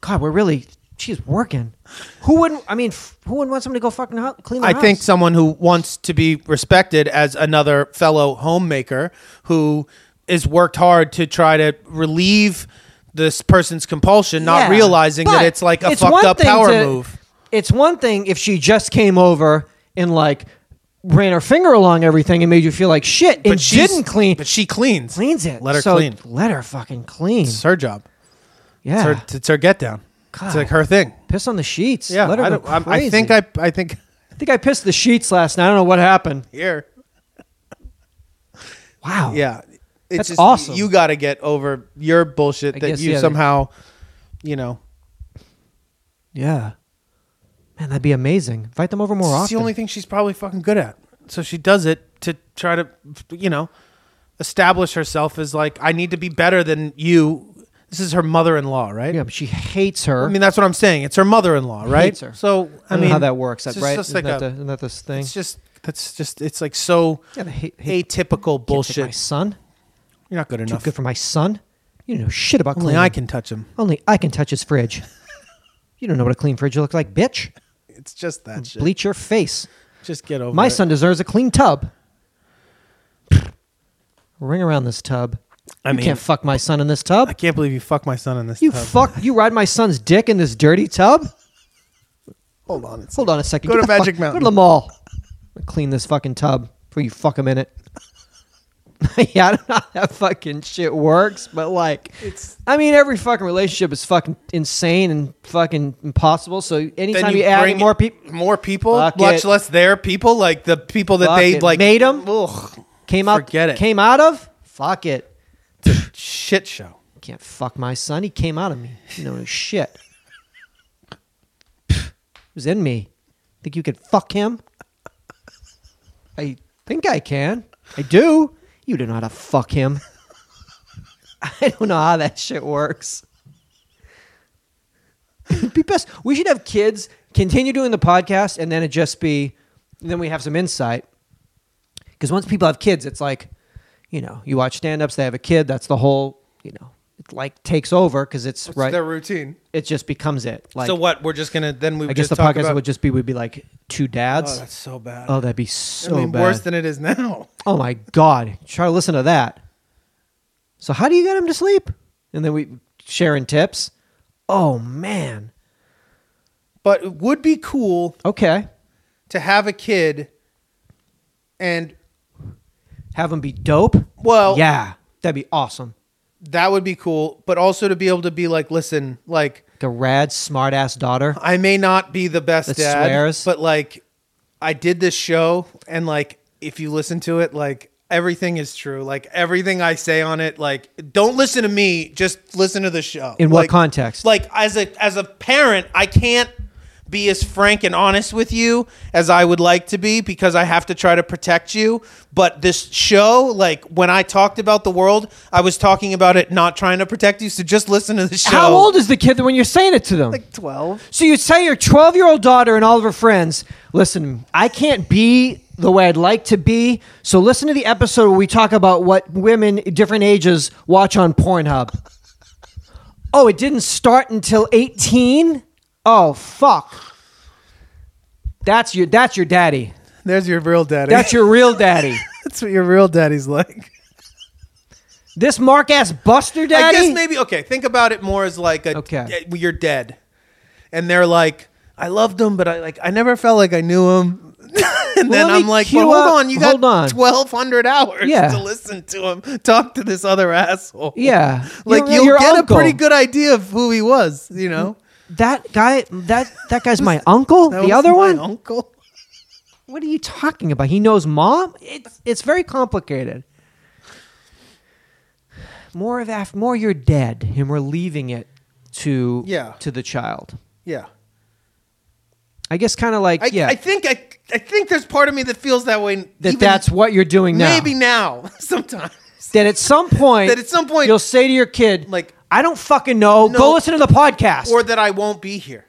Speaker 2: "God, we're really she's working. Who wouldn't? I mean, f- who wouldn't want somebody to go fucking ho- clean? Their
Speaker 3: I think
Speaker 2: house?
Speaker 3: someone who wants to be respected as another fellow homemaker who is worked hard to try to relieve this person's compulsion,
Speaker 2: Yeah.
Speaker 3: not realizing that
Speaker 2: But
Speaker 3: it's like a
Speaker 2: it's
Speaker 3: fucked
Speaker 2: one
Speaker 3: up
Speaker 2: thing
Speaker 3: power
Speaker 2: to-
Speaker 3: move.
Speaker 2: It's one thing if she just came over and like ran her finger along everything and made you feel like shit and
Speaker 3: she's-
Speaker 2: didn't clean.
Speaker 3: but she cleans.
Speaker 2: cleans it.
Speaker 3: Let her
Speaker 2: So
Speaker 3: clean.
Speaker 2: Let her fucking clean.
Speaker 3: It's her job. It's,
Speaker 2: Yeah.
Speaker 3: her, it's her get down.
Speaker 2: Ah. God.
Speaker 3: It's like her thing.
Speaker 2: Piss on the sheets.
Speaker 3: Yeah,
Speaker 2: Let her
Speaker 3: I,
Speaker 2: go
Speaker 3: don't- I'm- I
Speaker 2: crazy.
Speaker 3: think I, I think
Speaker 2: I think I pissed the sheets last night. I don't know what happened.
Speaker 3: here.
Speaker 2: Wow.
Speaker 3: Yeah, it's
Speaker 2: That's awesome.
Speaker 3: You got to get over your bullshit
Speaker 2: I
Speaker 3: that
Speaker 2: guess,
Speaker 3: you
Speaker 2: yeah, they-
Speaker 3: somehow, you know,
Speaker 2: Yeah. Man, that'd be amazing. Invite them over more
Speaker 3: It's
Speaker 2: often.
Speaker 3: the only thing she's probably fucking good at. So she does it to try to, you know, establish herself as like, I need to be better than you. This is her mother in law, right?
Speaker 2: yeah, but she hates her.
Speaker 3: I mean, that's what I'm saying. It's her mother in law, right?
Speaker 2: Hates her.
Speaker 3: So, I,
Speaker 2: I don't
Speaker 3: mean,
Speaker 2: know how that works,
Speaker 3: It's
Speaker 2: that,
Speaker 3: just,
Speaker 2: right?
Speaker 3: just
Speaker 2: Isn't,
Speaker 3: like
Speaker 2: that
Speaker 3: a-
Speaker 2: the, isn't that this thing?
Speaker 3: it's just, that's just, it's like so
Speaker 2: yeah, the hate, hate
Speaker 3: atypical
Speaker 2: For my
Speaker 3: bullshit.
Speaker 2: son.
Speaker 3: You're not good
Speaker 2: Too
Speaker 3: enough.
Speaker 2: good for my son. You don't know shit about
Speaker 3: Only
Speaker 2: cleaning.
Speaker 3: I can touch him.
Speaker 2: Only I can touch his fridge. you don't know what a clean fridge looks like, bitch.
Speaker 3: It's just that shit.
Speaker 2: Bleach your face.
Speaker 3: Just get over
Speaker 2: My
Speaker 3: it.
Speaker 2: son deserves a clean tub. Ring around this tub.
Speaker 3: I
Speaker 2: you
Speaker 3: mean-
Speaker 2: can't fuck my son in this tub.
Speaker 3: I can't believe you fuck my son in this.
Speaker 2: you
Speaker 3: tub.
Speaker 2: fuck. You ride my son's dick in this dirty tub.
Speaker 3: Hold on. It's
Speaker 2: Hold on a second.
Speaker 3: Go
Speaker 2: Get
Speaker 3: to
Speaker 2: the fuck-
Speaker 3: Magic Mountain.
Speaker 2: Go to the mall. I'll clean this fucking tub before you fuck a minute. yeah, I don't know how that fucking shit works, but like, it's. I mean, every fucking relationship is fucking insane and fucking impossible. So anytime you, add
Speaker 3: bring
Speaker 2: in more people,
Speaker 3: more people,
Speaker 2: Fuck
Speaker 3: much
Speaker 2: it.
Speaker 3: less their people, like the people that
Speaker 2: Fuck
Speaker 3: they
Speaker 2: it.
Speaker 3: like
Speaker 2: Made 'em?
Speaker 3: Ugh,
Speaker 2: came out,
Speaker 3: forget it.
Speaker 2: came out of, fuck it.
Speaker 3: shit show.
Speaker 2: Can't fuck my son. He came out of me. You know shit. It was in me. Think you could fuck him? I think I can. I do. You don't know how to fuck him. I don't know how that shit works. It'd be best. We should have kids continue doing the podcast, and then it just be, and then we have some insight. Because once people have kids, it's like, you know, you watch stand ups, they have a kid, that's the whole, you know, it like takes over because it's right.
Speaker 3: routine.
Speaker 2: it just becomes it. Like,
Speaker 3: so what? We're just gonna then we.
Speaker 2: I
Speaker 3: would
Speaker 2: guess
Speaker 3: just
Speaker 2: the
Speaker 3: talk
Speaker 2: podcast
Speaker 3: about,
Speaker 2: would just be, we'd be like two
Speaker 3: Oh,
Speaker 2: dads.
Speaker 3: that's so bad.
Speaker 2: Oh, that'd be
Speaker 3: I
Speaker 2: so
Speaker 3: mean,
Speaker 2: bad.
Speaker 3: worse than it is now.
Speaker 2: oh my God. Try to listen to that. So, how do you get him to sleep? And then we sharing tips. Oh, man.
Speaker 3: But it would be cool
Speaker 2: Okay.
Speaker 3: to have a kid, and
Speaker 2: Have him be dope.
Speaker 3: Well-
Speaker 2: yeah. That'd be awesome.
Speaker 3: that would be cool. But also to be able to be like, listen, like
Speaker 2: Like a rad, smart ass daughter.
Speaker 3: I may not be the best
Speaker 2: That
Speaker 3: dad,
Speaker 2: swears.
Speaker 3: but like I did this show, and like if you listen to it, like everything is true. Like everything I say on it, like don't listen to me, just listen to the show.
Speaker 2: In what
Speaker 3: Like-
Speaker 2: context?
Speaker 3: Like as a as a parent, I can't be as frank and honest with you as I would like to be because I have to try to protect you. But this show, like when I talked about the world, I was talking about it not trying to protect you. So just listen to the show.
Speaker 2: How old is the kid when you're saying it to them?
Speaker 3: Like twelve.
Speaker 2: So you tell your 12 year old daughter and all of her friends, listen, I can't be the way I'd like to be. So listen to the episode where we talk about what women different ages watch on Pornhub. Oh, it didn't start until 18? Oh, fuck. That's your that's your daddy.
Speaker 3: There's your real daddy.
Speaker 2: That's your real daddy.
Speaker 3: That's what your real daddy's like.
Speaker 2: This Mark ass Buster daddy?
Speaker 3: I guess maybe okay. Think about it more as like a
Speaker 2: Okay.
Speaker 3: eh, you're dead, and they're like, I loved him, but I like I never felt like I knew him. and
Speaker 2: Well,
Speaker 3: then
Speaker 2: let me
Speaker 3: I'm like, but
Speaker 2: queue
Speaker 3: hold
Speaker 2: up-
Speaker 3: on, you
Speaker 2: hold on.
Speaker 3: got twelve hundred hours
Speaker 2: Yeah.
Speaker 3: to listen to him talk to this other asshole.
Speaker 2: Yeah.
Speaker 3: like
Speaker 2: Your-
Speaker 3: you'll
Speaker 2: your
Speaker 3: get
Speaker 2: uncle.
Speaker 3: a pretty good idea of who he was. You know,
Speaker 2: That guy that that guy's my uncle?
Speaker 3: That
Speaker 2: The
Speaker 3: was
Speaker 2: other
Speaker 3: my
Speaker 2: one?
Speaker 3: uncle.
Speaker 2: What are you talking about? He knows mom. It's it's very complicated. More of after, more you're dead, and we're leaving it to
Speaker 3: Yeah.
Speaker 2: to the child.
Speaker 3: Yeah,
Speaker 2: I guess kind of like
Speaker 3: I,
Speaker 2: yeah,
Speaker 3: I think I I think there's part of me that feels that way.
Speaker 2: that
Speaker 3: even-
Speaker 2: that's what you're doing now.
Speaker 3: maybe now sometimes.
Speaker 2: that at some point
Speaker 3: That at some point-
Speaker 2: you'll say to your kid
Speaker 3: Like-
Speaker 2: I don't fucking know. Go
Speaker 3: No.
Speaker 2: listen to the podcast.
Speaker 3: or that I won't be here.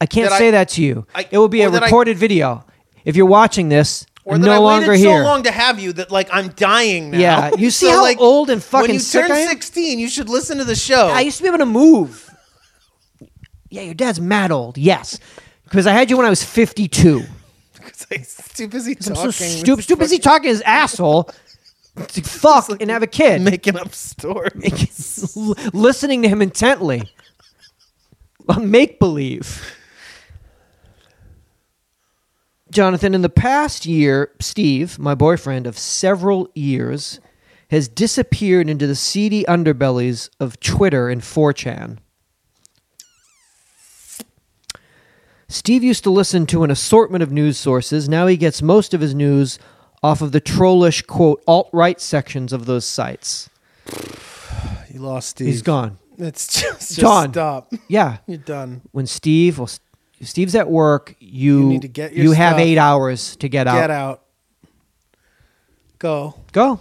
Speaker 2: I can't
Speaker 3: that I-
Speaker 2: say that to you.
Speaker 3: I-
Speaker 2: it will be
Speaker 3: or
Speaker 2: a
Speaker 3: that I-
Speaker 2: recorded video. If you're watching this,
Speaker 3: Or
Speaker 2: I'm
Speaker 3: that
Speaker 2: no
Speaker 3: I
Speaker 2: longer
Speaker 3: waited
Speaker 2: here.
Speaker 3: so long to have you that like I'm dying now.
Speaker 2: Yeah, you see
Speaker 3: So,
Speaker 2: how old and fucking
Speaker 3: when you
Speaker 2: sick
Speaker 3: turn
Speaker 2: I am?
Speaker 3: 16, you should listen to the show.
Speaker 2: I used to be able to move. Yeah, your dad's mad old. Yes, because I had you when I was fifty-two.
Speaker 3: 'Cause I'm too busy talking.
Speaker 2: I'm so
Speaker 3: with
Speaker 2: stupid. Stupid busy talking his asshole. To fuck and have a
Speaker 3: fucking-
Speaker 2: kid.
Speaker 3: making up stories.
Speaker 2: L- listening to him intently. Make believe. Jonathan, in the past year, Steve, my boyfriend of several years, has disappeared into the seedy underbellies of Twitter and 4chan. Steve used to listen to an assortment of news sources. Now he gets most of his news off of the trollish, quote, alt right sections of those sites.
Speaker 3: you lost Steve.
Speaker 2: He's gone.
Speaker 3: It's just, just
Speaker 2: Done.
Speaker 3: stop.
Speaker 2: Yeah.
Speaker 3: You're done.
Speaker 2: When Steve, well, if Steve's at work. You
Speaker 3: need to get your
Speaker 2: you have
Speaker 3: stuff.
Speaker 2: eight hours to get out.
Speaker 3: Get out. Go.
Speaker 2: Go.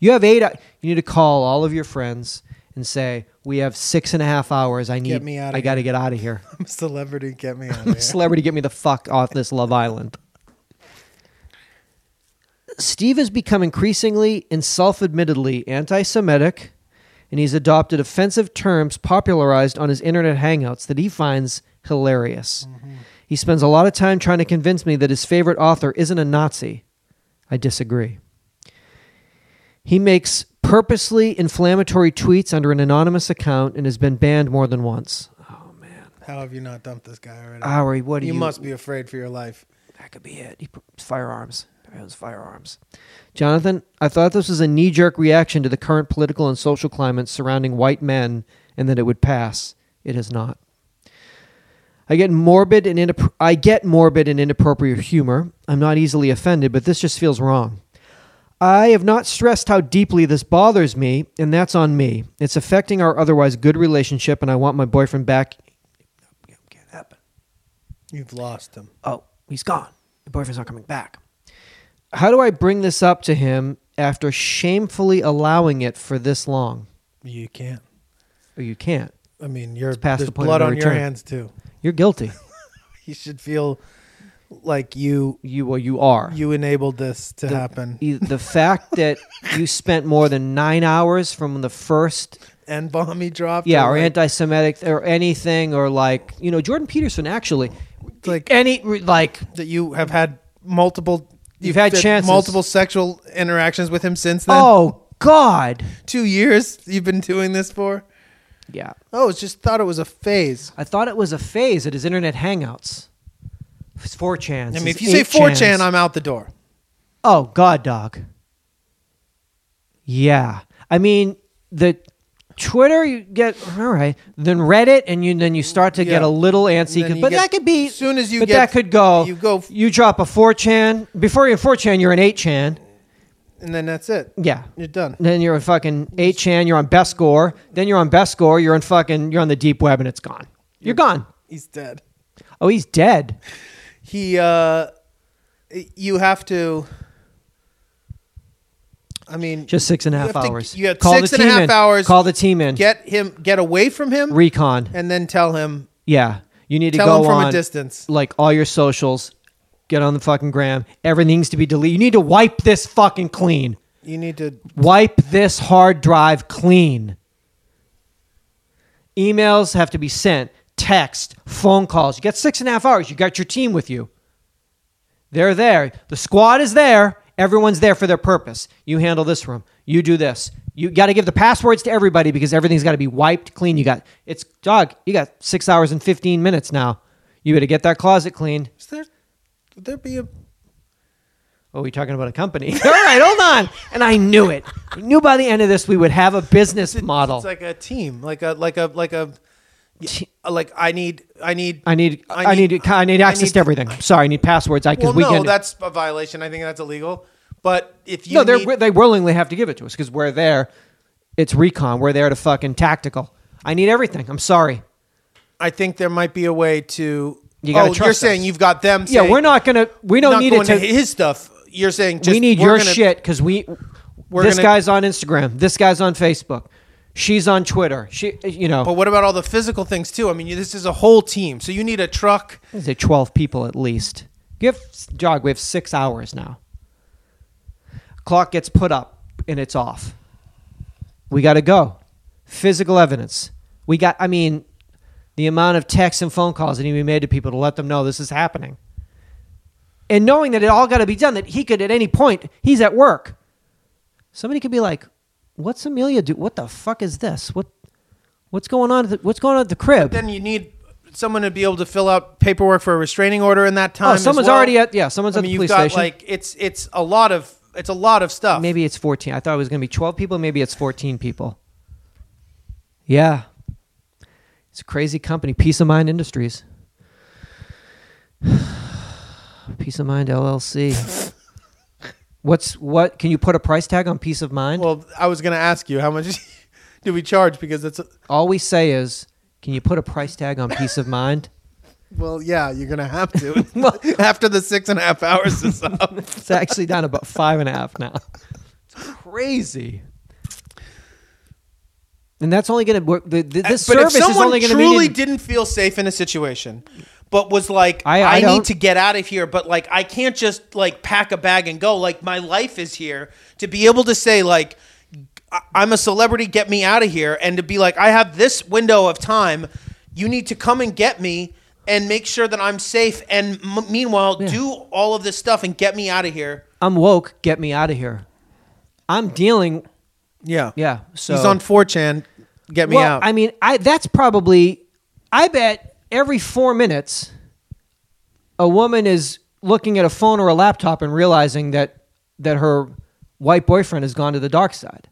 Speaker 2: You have eight. hou- You need to call all of your friends and say, "We have six and a half hours. I need.
Speaker 3: me outta
Speaker 2: I got to get out of here.
Speaker 3: I'm a celebrity. Get me out of here.
Speaker 2: Celebrity, get me the fuck off this Love Island." Steve has become increasingly and self-admittedly anti-Semitic, and he's adopted offensive terms popularized on his internet hangouts that he finds hilarious. He spends a lot of time trying to convince me that his favorite author isn't a Nazi. I disagree. He makes purposely inflammatory tweets under an anonymous account and has been banned more than once.
Speaker 3: How have you not dumped this guy already?
Speaker 2: Ari, what do
Speaker 3: you,
Speaker 2: you?
Speaker 3: must be afraid for your life.
Speaker 2: That could be it. He put firearms. It was firearms. Jonathan, I thought this was a knee jerk reaction to the current political and social climate surrounding white men and that it would pass. It has not. I get morbid and inapp- I get morbid and inappropriate humor. I'm not easily offended, but this just feels wrong. I have not stressed how deeply this bothers me, and that's on me. It's affecting our otherwise good relationship, and I want my boyfriend back. Can't happen.
Speaker 3: You've lost him.
Speaker 2: Oh, he's gone. The boyfriend's not coming back. How do I bring this up to him after shamefully allowing it for this long?
Speaker 3: You can't.
Speaker 2: Oh, you can't.
Speaker 3: I mean, you're
Speaker 2: past
Speaker 3: there's
Speaker 2: the point of
Speaker 3: blood
Speaker 2: no
Speaker 3: on your
Speaker 2: return.
Speaker 3: hands too.
Speaker 2: You're guilty.
Speaker 3: You should feel like you
Speaker 2: You well, you are.
Speaker 3: you enabled this to happen
Speaker 2: You- the fact that you spent more than nine hours from the first,
Speaker 3: and bomb he dropped
Speaker 2: yeah, or
Speaker 3: like,
Speaker 2: anti-Semitic or anything, or like you know Jordan Peterson actually,
Speaker 3: Like-
Speaker 2: any like
Speaker 3: that you have had multiple
Speaker 2: You've had chances.
Speaker 3: multiple sexual interactions with him since then
Speaker 2: oh god,
Speaker 3: two years you've been doing this for
Speaker 2: yeah.
Speaker 3: oh it's just thought it was a phase
Speaker 2: I thought it was a phase at his internet hangouts. It's 4chan.
Speaker 3: i mean if
Speaker 2: it's
Speaker 3: you say
Speaker 2: 8chan.
Speaker 3: 4chan i'm out the door
Speaker 2: Oh God, dog. Yeah, I mean the Twitter you get all right, then Reddit, and you then you start to get
Speaker 3: Yeah.
Speaker 2: a little antsy.
Speaker 3: And then
Speaker 2: 'cause-
Speaker 3: you
Speaker 2: But
Speaker 3: get-
Speaker 2: that could be
Speaker 3: as soon as you
Speaker 2: But
Speaker 3: get-
Speaker 2: that could go.
Speaker 3: you go-
Speaker 2: You drop a four chan before you're four chan. You're an eight chan.
Speaker 3: and then that's it
Speaker 2: Yeah.
Speaker 3: you're done
Speaker 2: Then you're on fucking eight chan. You're on best score. Then you're on best score. You're on fucking. You're on the deep web, and it's gone. You're gone.
Speaker 3: he's dead
Speaker 2: Oh, he's dead.
Speaker 3: he uh you have to i mean
Speaker 2: Just six and a
Speaker 3: You
Speaker 2: half
Speaker 3: have to-
Speaker 2: hours.
Speaker 3: you have
Speaker 2: Call
Speaker 3: six
Speaker 2: the
Speaker 3: and a
Speaker 2: team
Speaker 3: half
Speaker 2: in.
Speaker 3: hours.
Speaker 2: Call the team in.
Speaker 3: get him get away from him
Speaker 2: recon.
Speaker 3: and then tell him
Speaker 2: Yeah, you need to
Speaker 3: tell
Speaker 2: go
Speaker 3: him from
Speaker 2: on
Speaker 3: a distance
Speaker 2: like all your socials. get on the fucking gram. Everything's to be deleted. You need to wipe this fucking clean.
Speaker 3: You need to.
Speaker 2: Wipe this hard drive clean. Emails have to be sent, text, phone calls. You got six and a half hours. You got your team with you. They're there. The squad is there. Everyone's there for their purpose. You handle this room. You do this. You got to give the passwords to everybody because everything's got to be wiped clean. You got it's dog. You got six hours and fifteen minutes now. You better get that closet cleaned.
Speaker 3: Is there? Would there be a?
Speaker 2: Oh, we talking about a company? All right, hold on. And I knew it. I knew by the end of this we would have a business model.
Speaker 3: It's like a team, like a like a like a. uh,
Speaker 2: Te-
Speaker 3: Like I need I need
Speaker 2: I need
Speaker 3: I
Speaker 2: I need
Speaker 3: need-
Speaker 2: I need
Speaker 3: I
Speaker 2: access
Speaker 3: need-
Speaker 2: to everything. I'm sorry, I need passwords. I
Speaker 3: Well,
Speaker 2: because we
Speaker 3: no,
Speaker 2: can
Speaker 3: that's a violation. I think that's illegal. But if you
Speaker 2: no, they
Speaker 3: need-
Speaker 2: they willingly have to give it to us because we're there. It's recon. We're there to fucking tactical. I need everything. I'm sorry.
Speaker 3: I think there might be a way to.
Speaker 2: You gotta
Speaker 3: oh,
Speaker 2: trust
Speaker 3: you're
Speaker 2: us.
Speaker 3: saying you've got them.
Speaker 2: Yeah,
Speaker 3: saying,
Speaker 2: we're not gonna. We don't
Speaker 3: not
Speaker 2: need
Speaker 3: going
Speaker 2: it to.
Speaker 3: his stuff. You're saying just,
Speaker 2: we need
Speaker 3: we're
Speaker 2: your
Speaker 3: gonna-
Speaker 2: shit because we.
Speaker 3: We're
Speaker 2: this
Speaker 3: gonna-
Speaker 2: guy's on Instagram. This guy's on Facebook. She's on Twitter. She, you know,
Speaker 3: But what about all the physical things too? I mean, you- this is a whole team, so you need a truck.
Speaker 2: I'd say 12 people at least. Give dog, we have six hours now. Clock gets put up and it's off. We got to go. Physical evidence. We got, I mean, the amount of texts and phone calls that he made to people to let them know this is happening. And knowing that it all got to be done, that he could at any point, he's at work. Somebody could be like, what's Amelia do? What the fuck is this? What, what's going on? At the, what's going on at the crib?
Speaker 3: Then you need someone to be able to fill out paperwork for a restraining order in that time.
Speaker 2: Oh,
Speaker 3: as
Speaker 2: someone's
Speaker 3: well.
Speaker 2: already at yeah, someone's
Speaker 3: I
Speaker 2: at
Speaker 3: mean,
Speaker 2: the
Speaker 3: you've
Speaker 2: police
Speaker 3: got
Speaker 2: station.
Speaker 3: like it's it's a lot of it's a lot of stuff.
Speaker 2: maybe it's 14. I thought it was going to be 12 people, maybe it's 14 people. Yeah. It's a crazy company, Peace of Mind Industries. Peace of Mind LLC. What's what can you put a price tag on peace of mind?
Speaker 3: Well, I was going to ask you how much do we charge because it's
Speaker 2: All we say is, can you put a price tag on peace of mind?
Speaker 3: well, yeah, you're going to have to after the six and a half hours is up.
Speaker 2: It's actually down about five and a half now. It's crazy. And that's only going to work. The, the, this
Speaker 3: but if
Speaker 2: service is
Speaker 3: someone
Speaker 2: only going to be.
Speaker 3: truly
Speaker 2: needed-
Speaker 3: didn't feel safe in a situation, but was like,
Speaker 2: I-
Speaker 3: I,
Speaker 2: I don't-
Speaker 3: need to get out of here, but like I can't just like pack a bag and go. Like my life is here to be able to say like. I- I'm a celebrity, get me out of here. And to be like, I have this window of time. You need to come and get me and make sure that I'm safe. And m- meanwhile, do all of this stuff and get me out of here.
Speaker 2: I'm woke. Get me out of here. I'm dealing.
Speaker 3: Yeah.
Speaker 2: Yeah. So
Speaker 3: He's on 4chan. Get me
Speaker 2: well,
Speaker 3: out.
Speaker 2: I mean, I that's probably. I bet every four minutes, a woman is looking at a phone or a laptop and realizing that that her white boyfriend has gone to the dark side.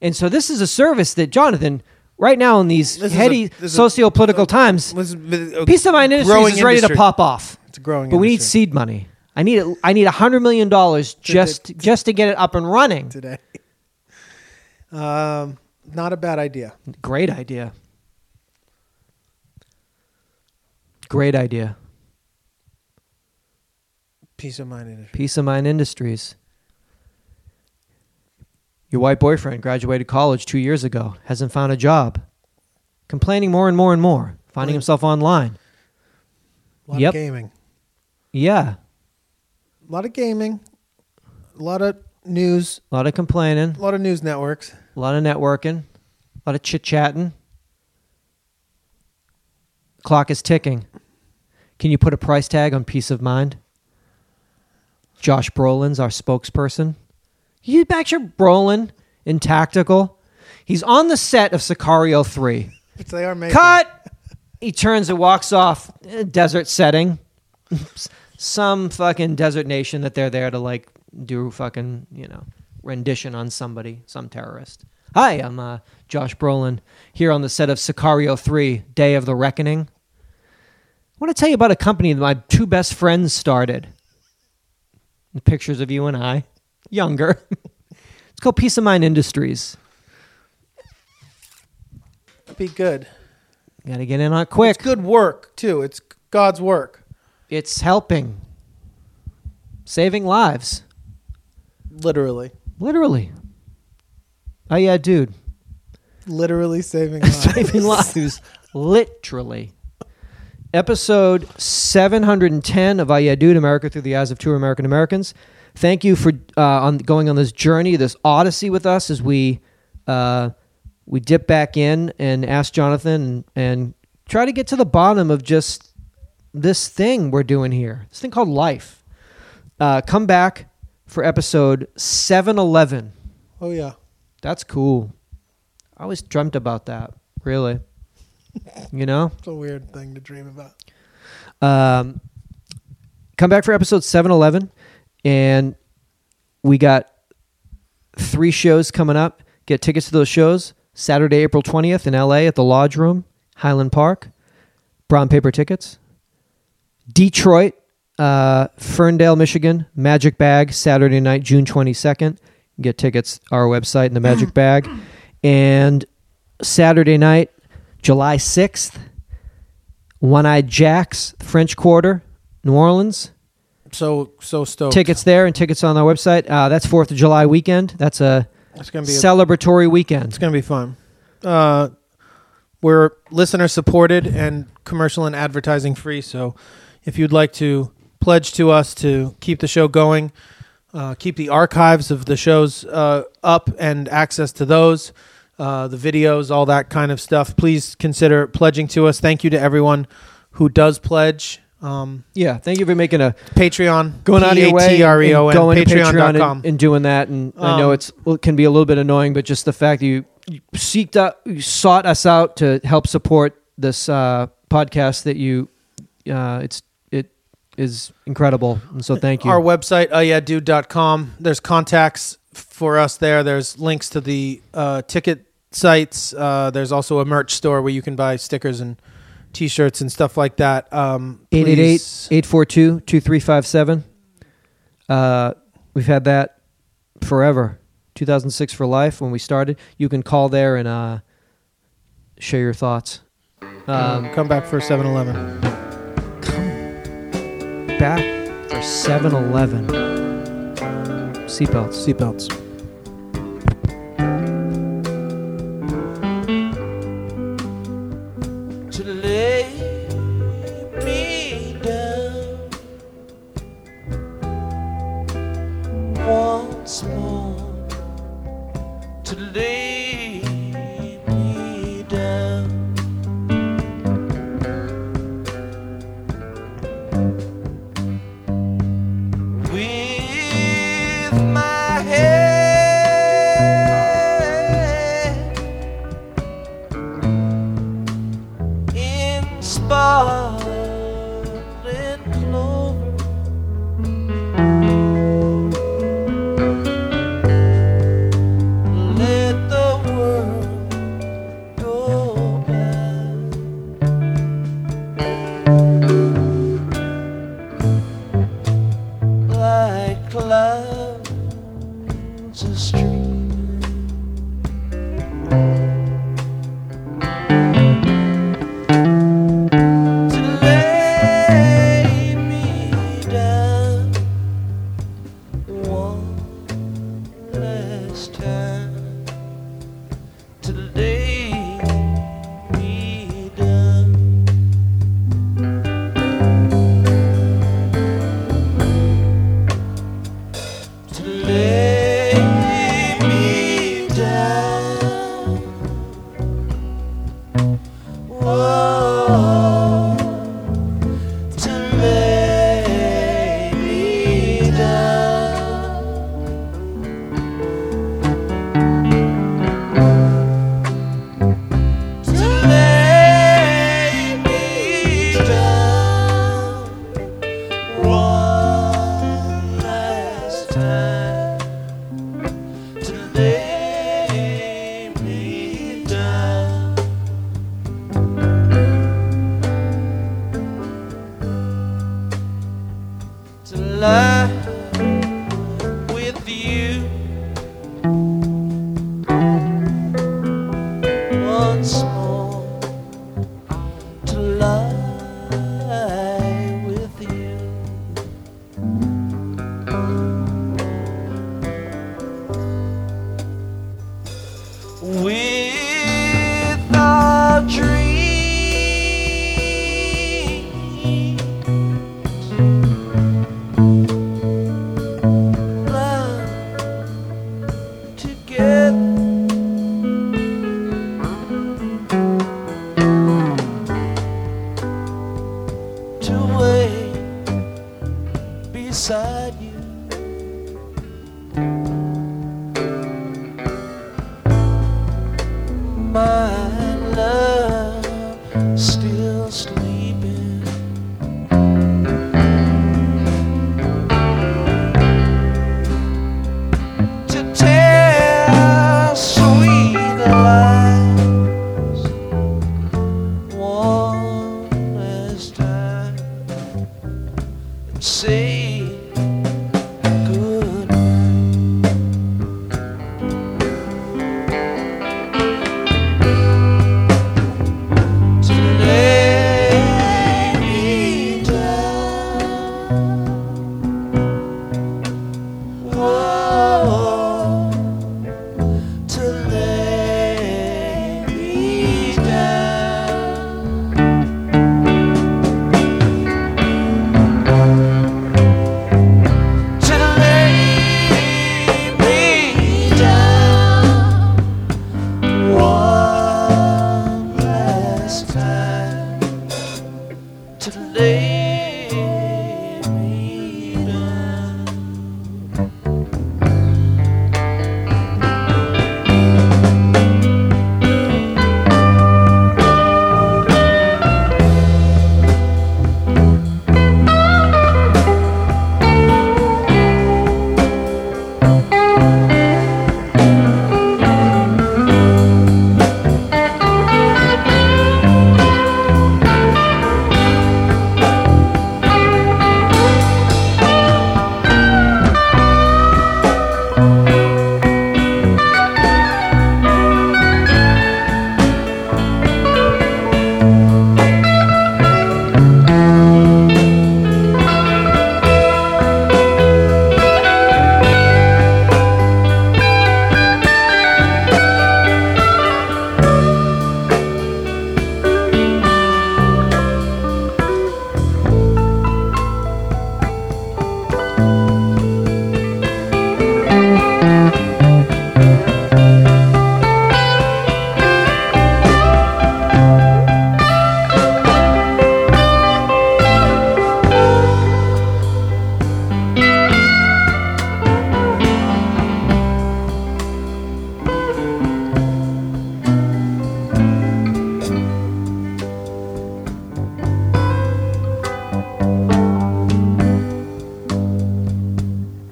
Speaker 2: And so this is a service that Jonathan, right now in these
Speaker 3: This is a-
Speaker 2: heady
Speaker 3: this is a- uh,
Speaker 2: socio-political times,
Speaker 3: This is a
Speaker 2: Peace of Mind Industries
Speaker 3: growing
Speaker 2: is ready
Speaker 3: industry.
Speaker 2: to pop off.
Speaker 3: It's a growing
Speaker 2: But we need
Speaker 3: industry.
Speaker 2: seed money. I need I need hundred million dollars just just to get it up and running.
Speaker 3: today. Um, not a bad idea.
Speaker 2: Great idea. Great idea.
Speaker 3: Peace of mind industry.
Speaker 2: Peace of Mind Industries. Your white boyfriend graduated college two years ago, hasn't found a job, complaining more and more and more, finding himself online.
Speaker 3: A lot
Speaker 2: Yep.
Speaker 3: of gaming.
Speaker 2: Yeah,
Speaker 3: A lot of gaming. A lot of news.
Speaker 2: a lot of complaining,
Speaker 3: A lot of news networks.
Speaker 2: a lot of networking, a lot of chit chatting. Clock is ticking. Can you put a price tag on peace of mind? Josh Brolin's our spokesperson. You picture Brolin in tactical. He's on the set of Sicario 3.
Speaker 3: Which they are making.
Speaker 2: Cut! He turns and walks off. Eh, Desert setting. Some fucking desert nation that they're there to like do fucking, you know, rendition on somebody, some terrorist. Hi, I'm uh, Josh Brolin here on the set of Sicario 3 Day of the Reckoning. I want to tell you about a company that my two best friends started. Pictures of you and I, younger. it's called Peace of Mind Industries.
Speaker 3: Be good.
Speaker 2: Got to get in on it quick.
Speaker 3: It's good work too. It's God's work.
Speaker 2: it's helping saving lives
Speaker 3: Literally.
Speaker 2: literally oh yeah dude
Speaker 3: Literally saving lives.
Speaker 2: saving lives literally episode 710 of I Yeah Dude America Through the Eyes of Two American Americans. Thank you for uh, on going on this journey, this odyssey with us as we uh, we dip back in and ask Jonathan and, and try to get to the bottom of just this thing we're doing here, this thing called life. Uh, come back for episode 711.
Speaker 3: Oh yeah.
Speaker 2: That's cool. I always dreamt about that, really. you know?
Speaker 3: It's a weird thing to dream about.
Speaker 2: Um, come back for episode 711. And we got three shows coming up. Get tickets to those shows Saturday, April 20th in LA at the Lodge Room, Highland Park. Brown paper tickets. Detroit, uh, Ferndale, Michigan, Magic Bag, Saturday night, June 22nd. Get tickets, our website, and the Magic Bag. And Saturday night, July 6th, One Eyed Jacks, French Quarter, New Orleans.
Speaker 3: So so stoked.
Speaker 2: Tickets there and tickets on our website. Uh, that's 4th of July weekend. That's a
Speaker 3: It's gonna be a,
Speaker 2: celebratory
Speaker 3: it's
Speaker 2: weekend.
Speaker 3: gonna be fun. Uh, we're listener supported and commercial and advertising free. So if you'd like to pledge to us to keep the show going, uh, keep the archives of the shows uh, up and access to those, uh, the videos, all that kind of stuff, please consider pledging to us. Thank you to everyone who does pledge. Um,
Speaker 2: Yeah, thank you for making a
Speaker 3: Patreon.
Speaker 2: going out of your way E and
Speaker 3: E P-A-T-R-E-O-N,
Speaker 2: going to
Speaker 3: Patreon.com.
Speaker 2: Patreon and, and doing that. And I know
Speaker 3: Um,
Speaker 2: it's well, it can be a little bit annoying, but just the fact that you, you seeked out, you sought us out to help support this uh, podcast that you, uh, it's it is incredible. And so thank you.
Speaker 3: Our website, oh ayadude.com. There's contacts for us there. There's links to the uh, ticket sites. Uh, there's also a merch store where you can buy stickers and t-shirts and stuff like that. Um, please-
Speaker 2: 888-842-2357. Uh, we've had that forever. 2006 for life when we started. You can call there and uh, share your thoughts. Um,
Speaker 3: um, come back for 7-Eleven.
Speaker 2: back for 7-Eleven. Seatbelts.
Speaker 3: Seatbelts.
Speaker 4: to lay me down once more to lay me down with my head in sparkling clover. Let the world go by. Like clouds astray. To lay me down one last time. To lay me down. To lay me down. Whoa, to lay me down, to lay me down one last time, to lay me down. to lie with you once more to lie with you with our dreams to wait beside you. My love still sleeping. To tell sweet lies one last time and say good to lay me down. Whoa to lay me down. To lay me down one last time. To lay me down.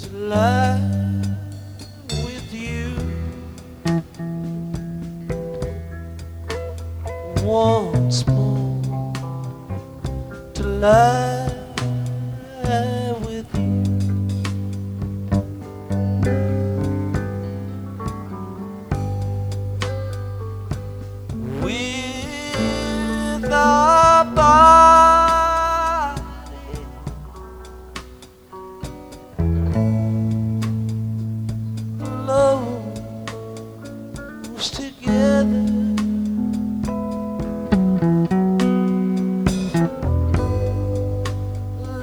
Speaker 4: to lie with you. Once more to lie with you. With our body. close together.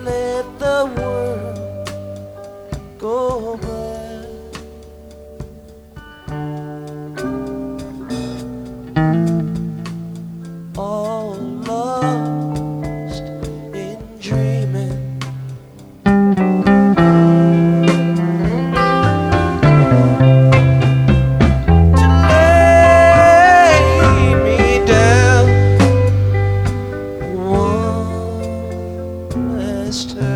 Speaker 4: Let the world go by. All lost in dreaming. To lay me down one last time. Oh.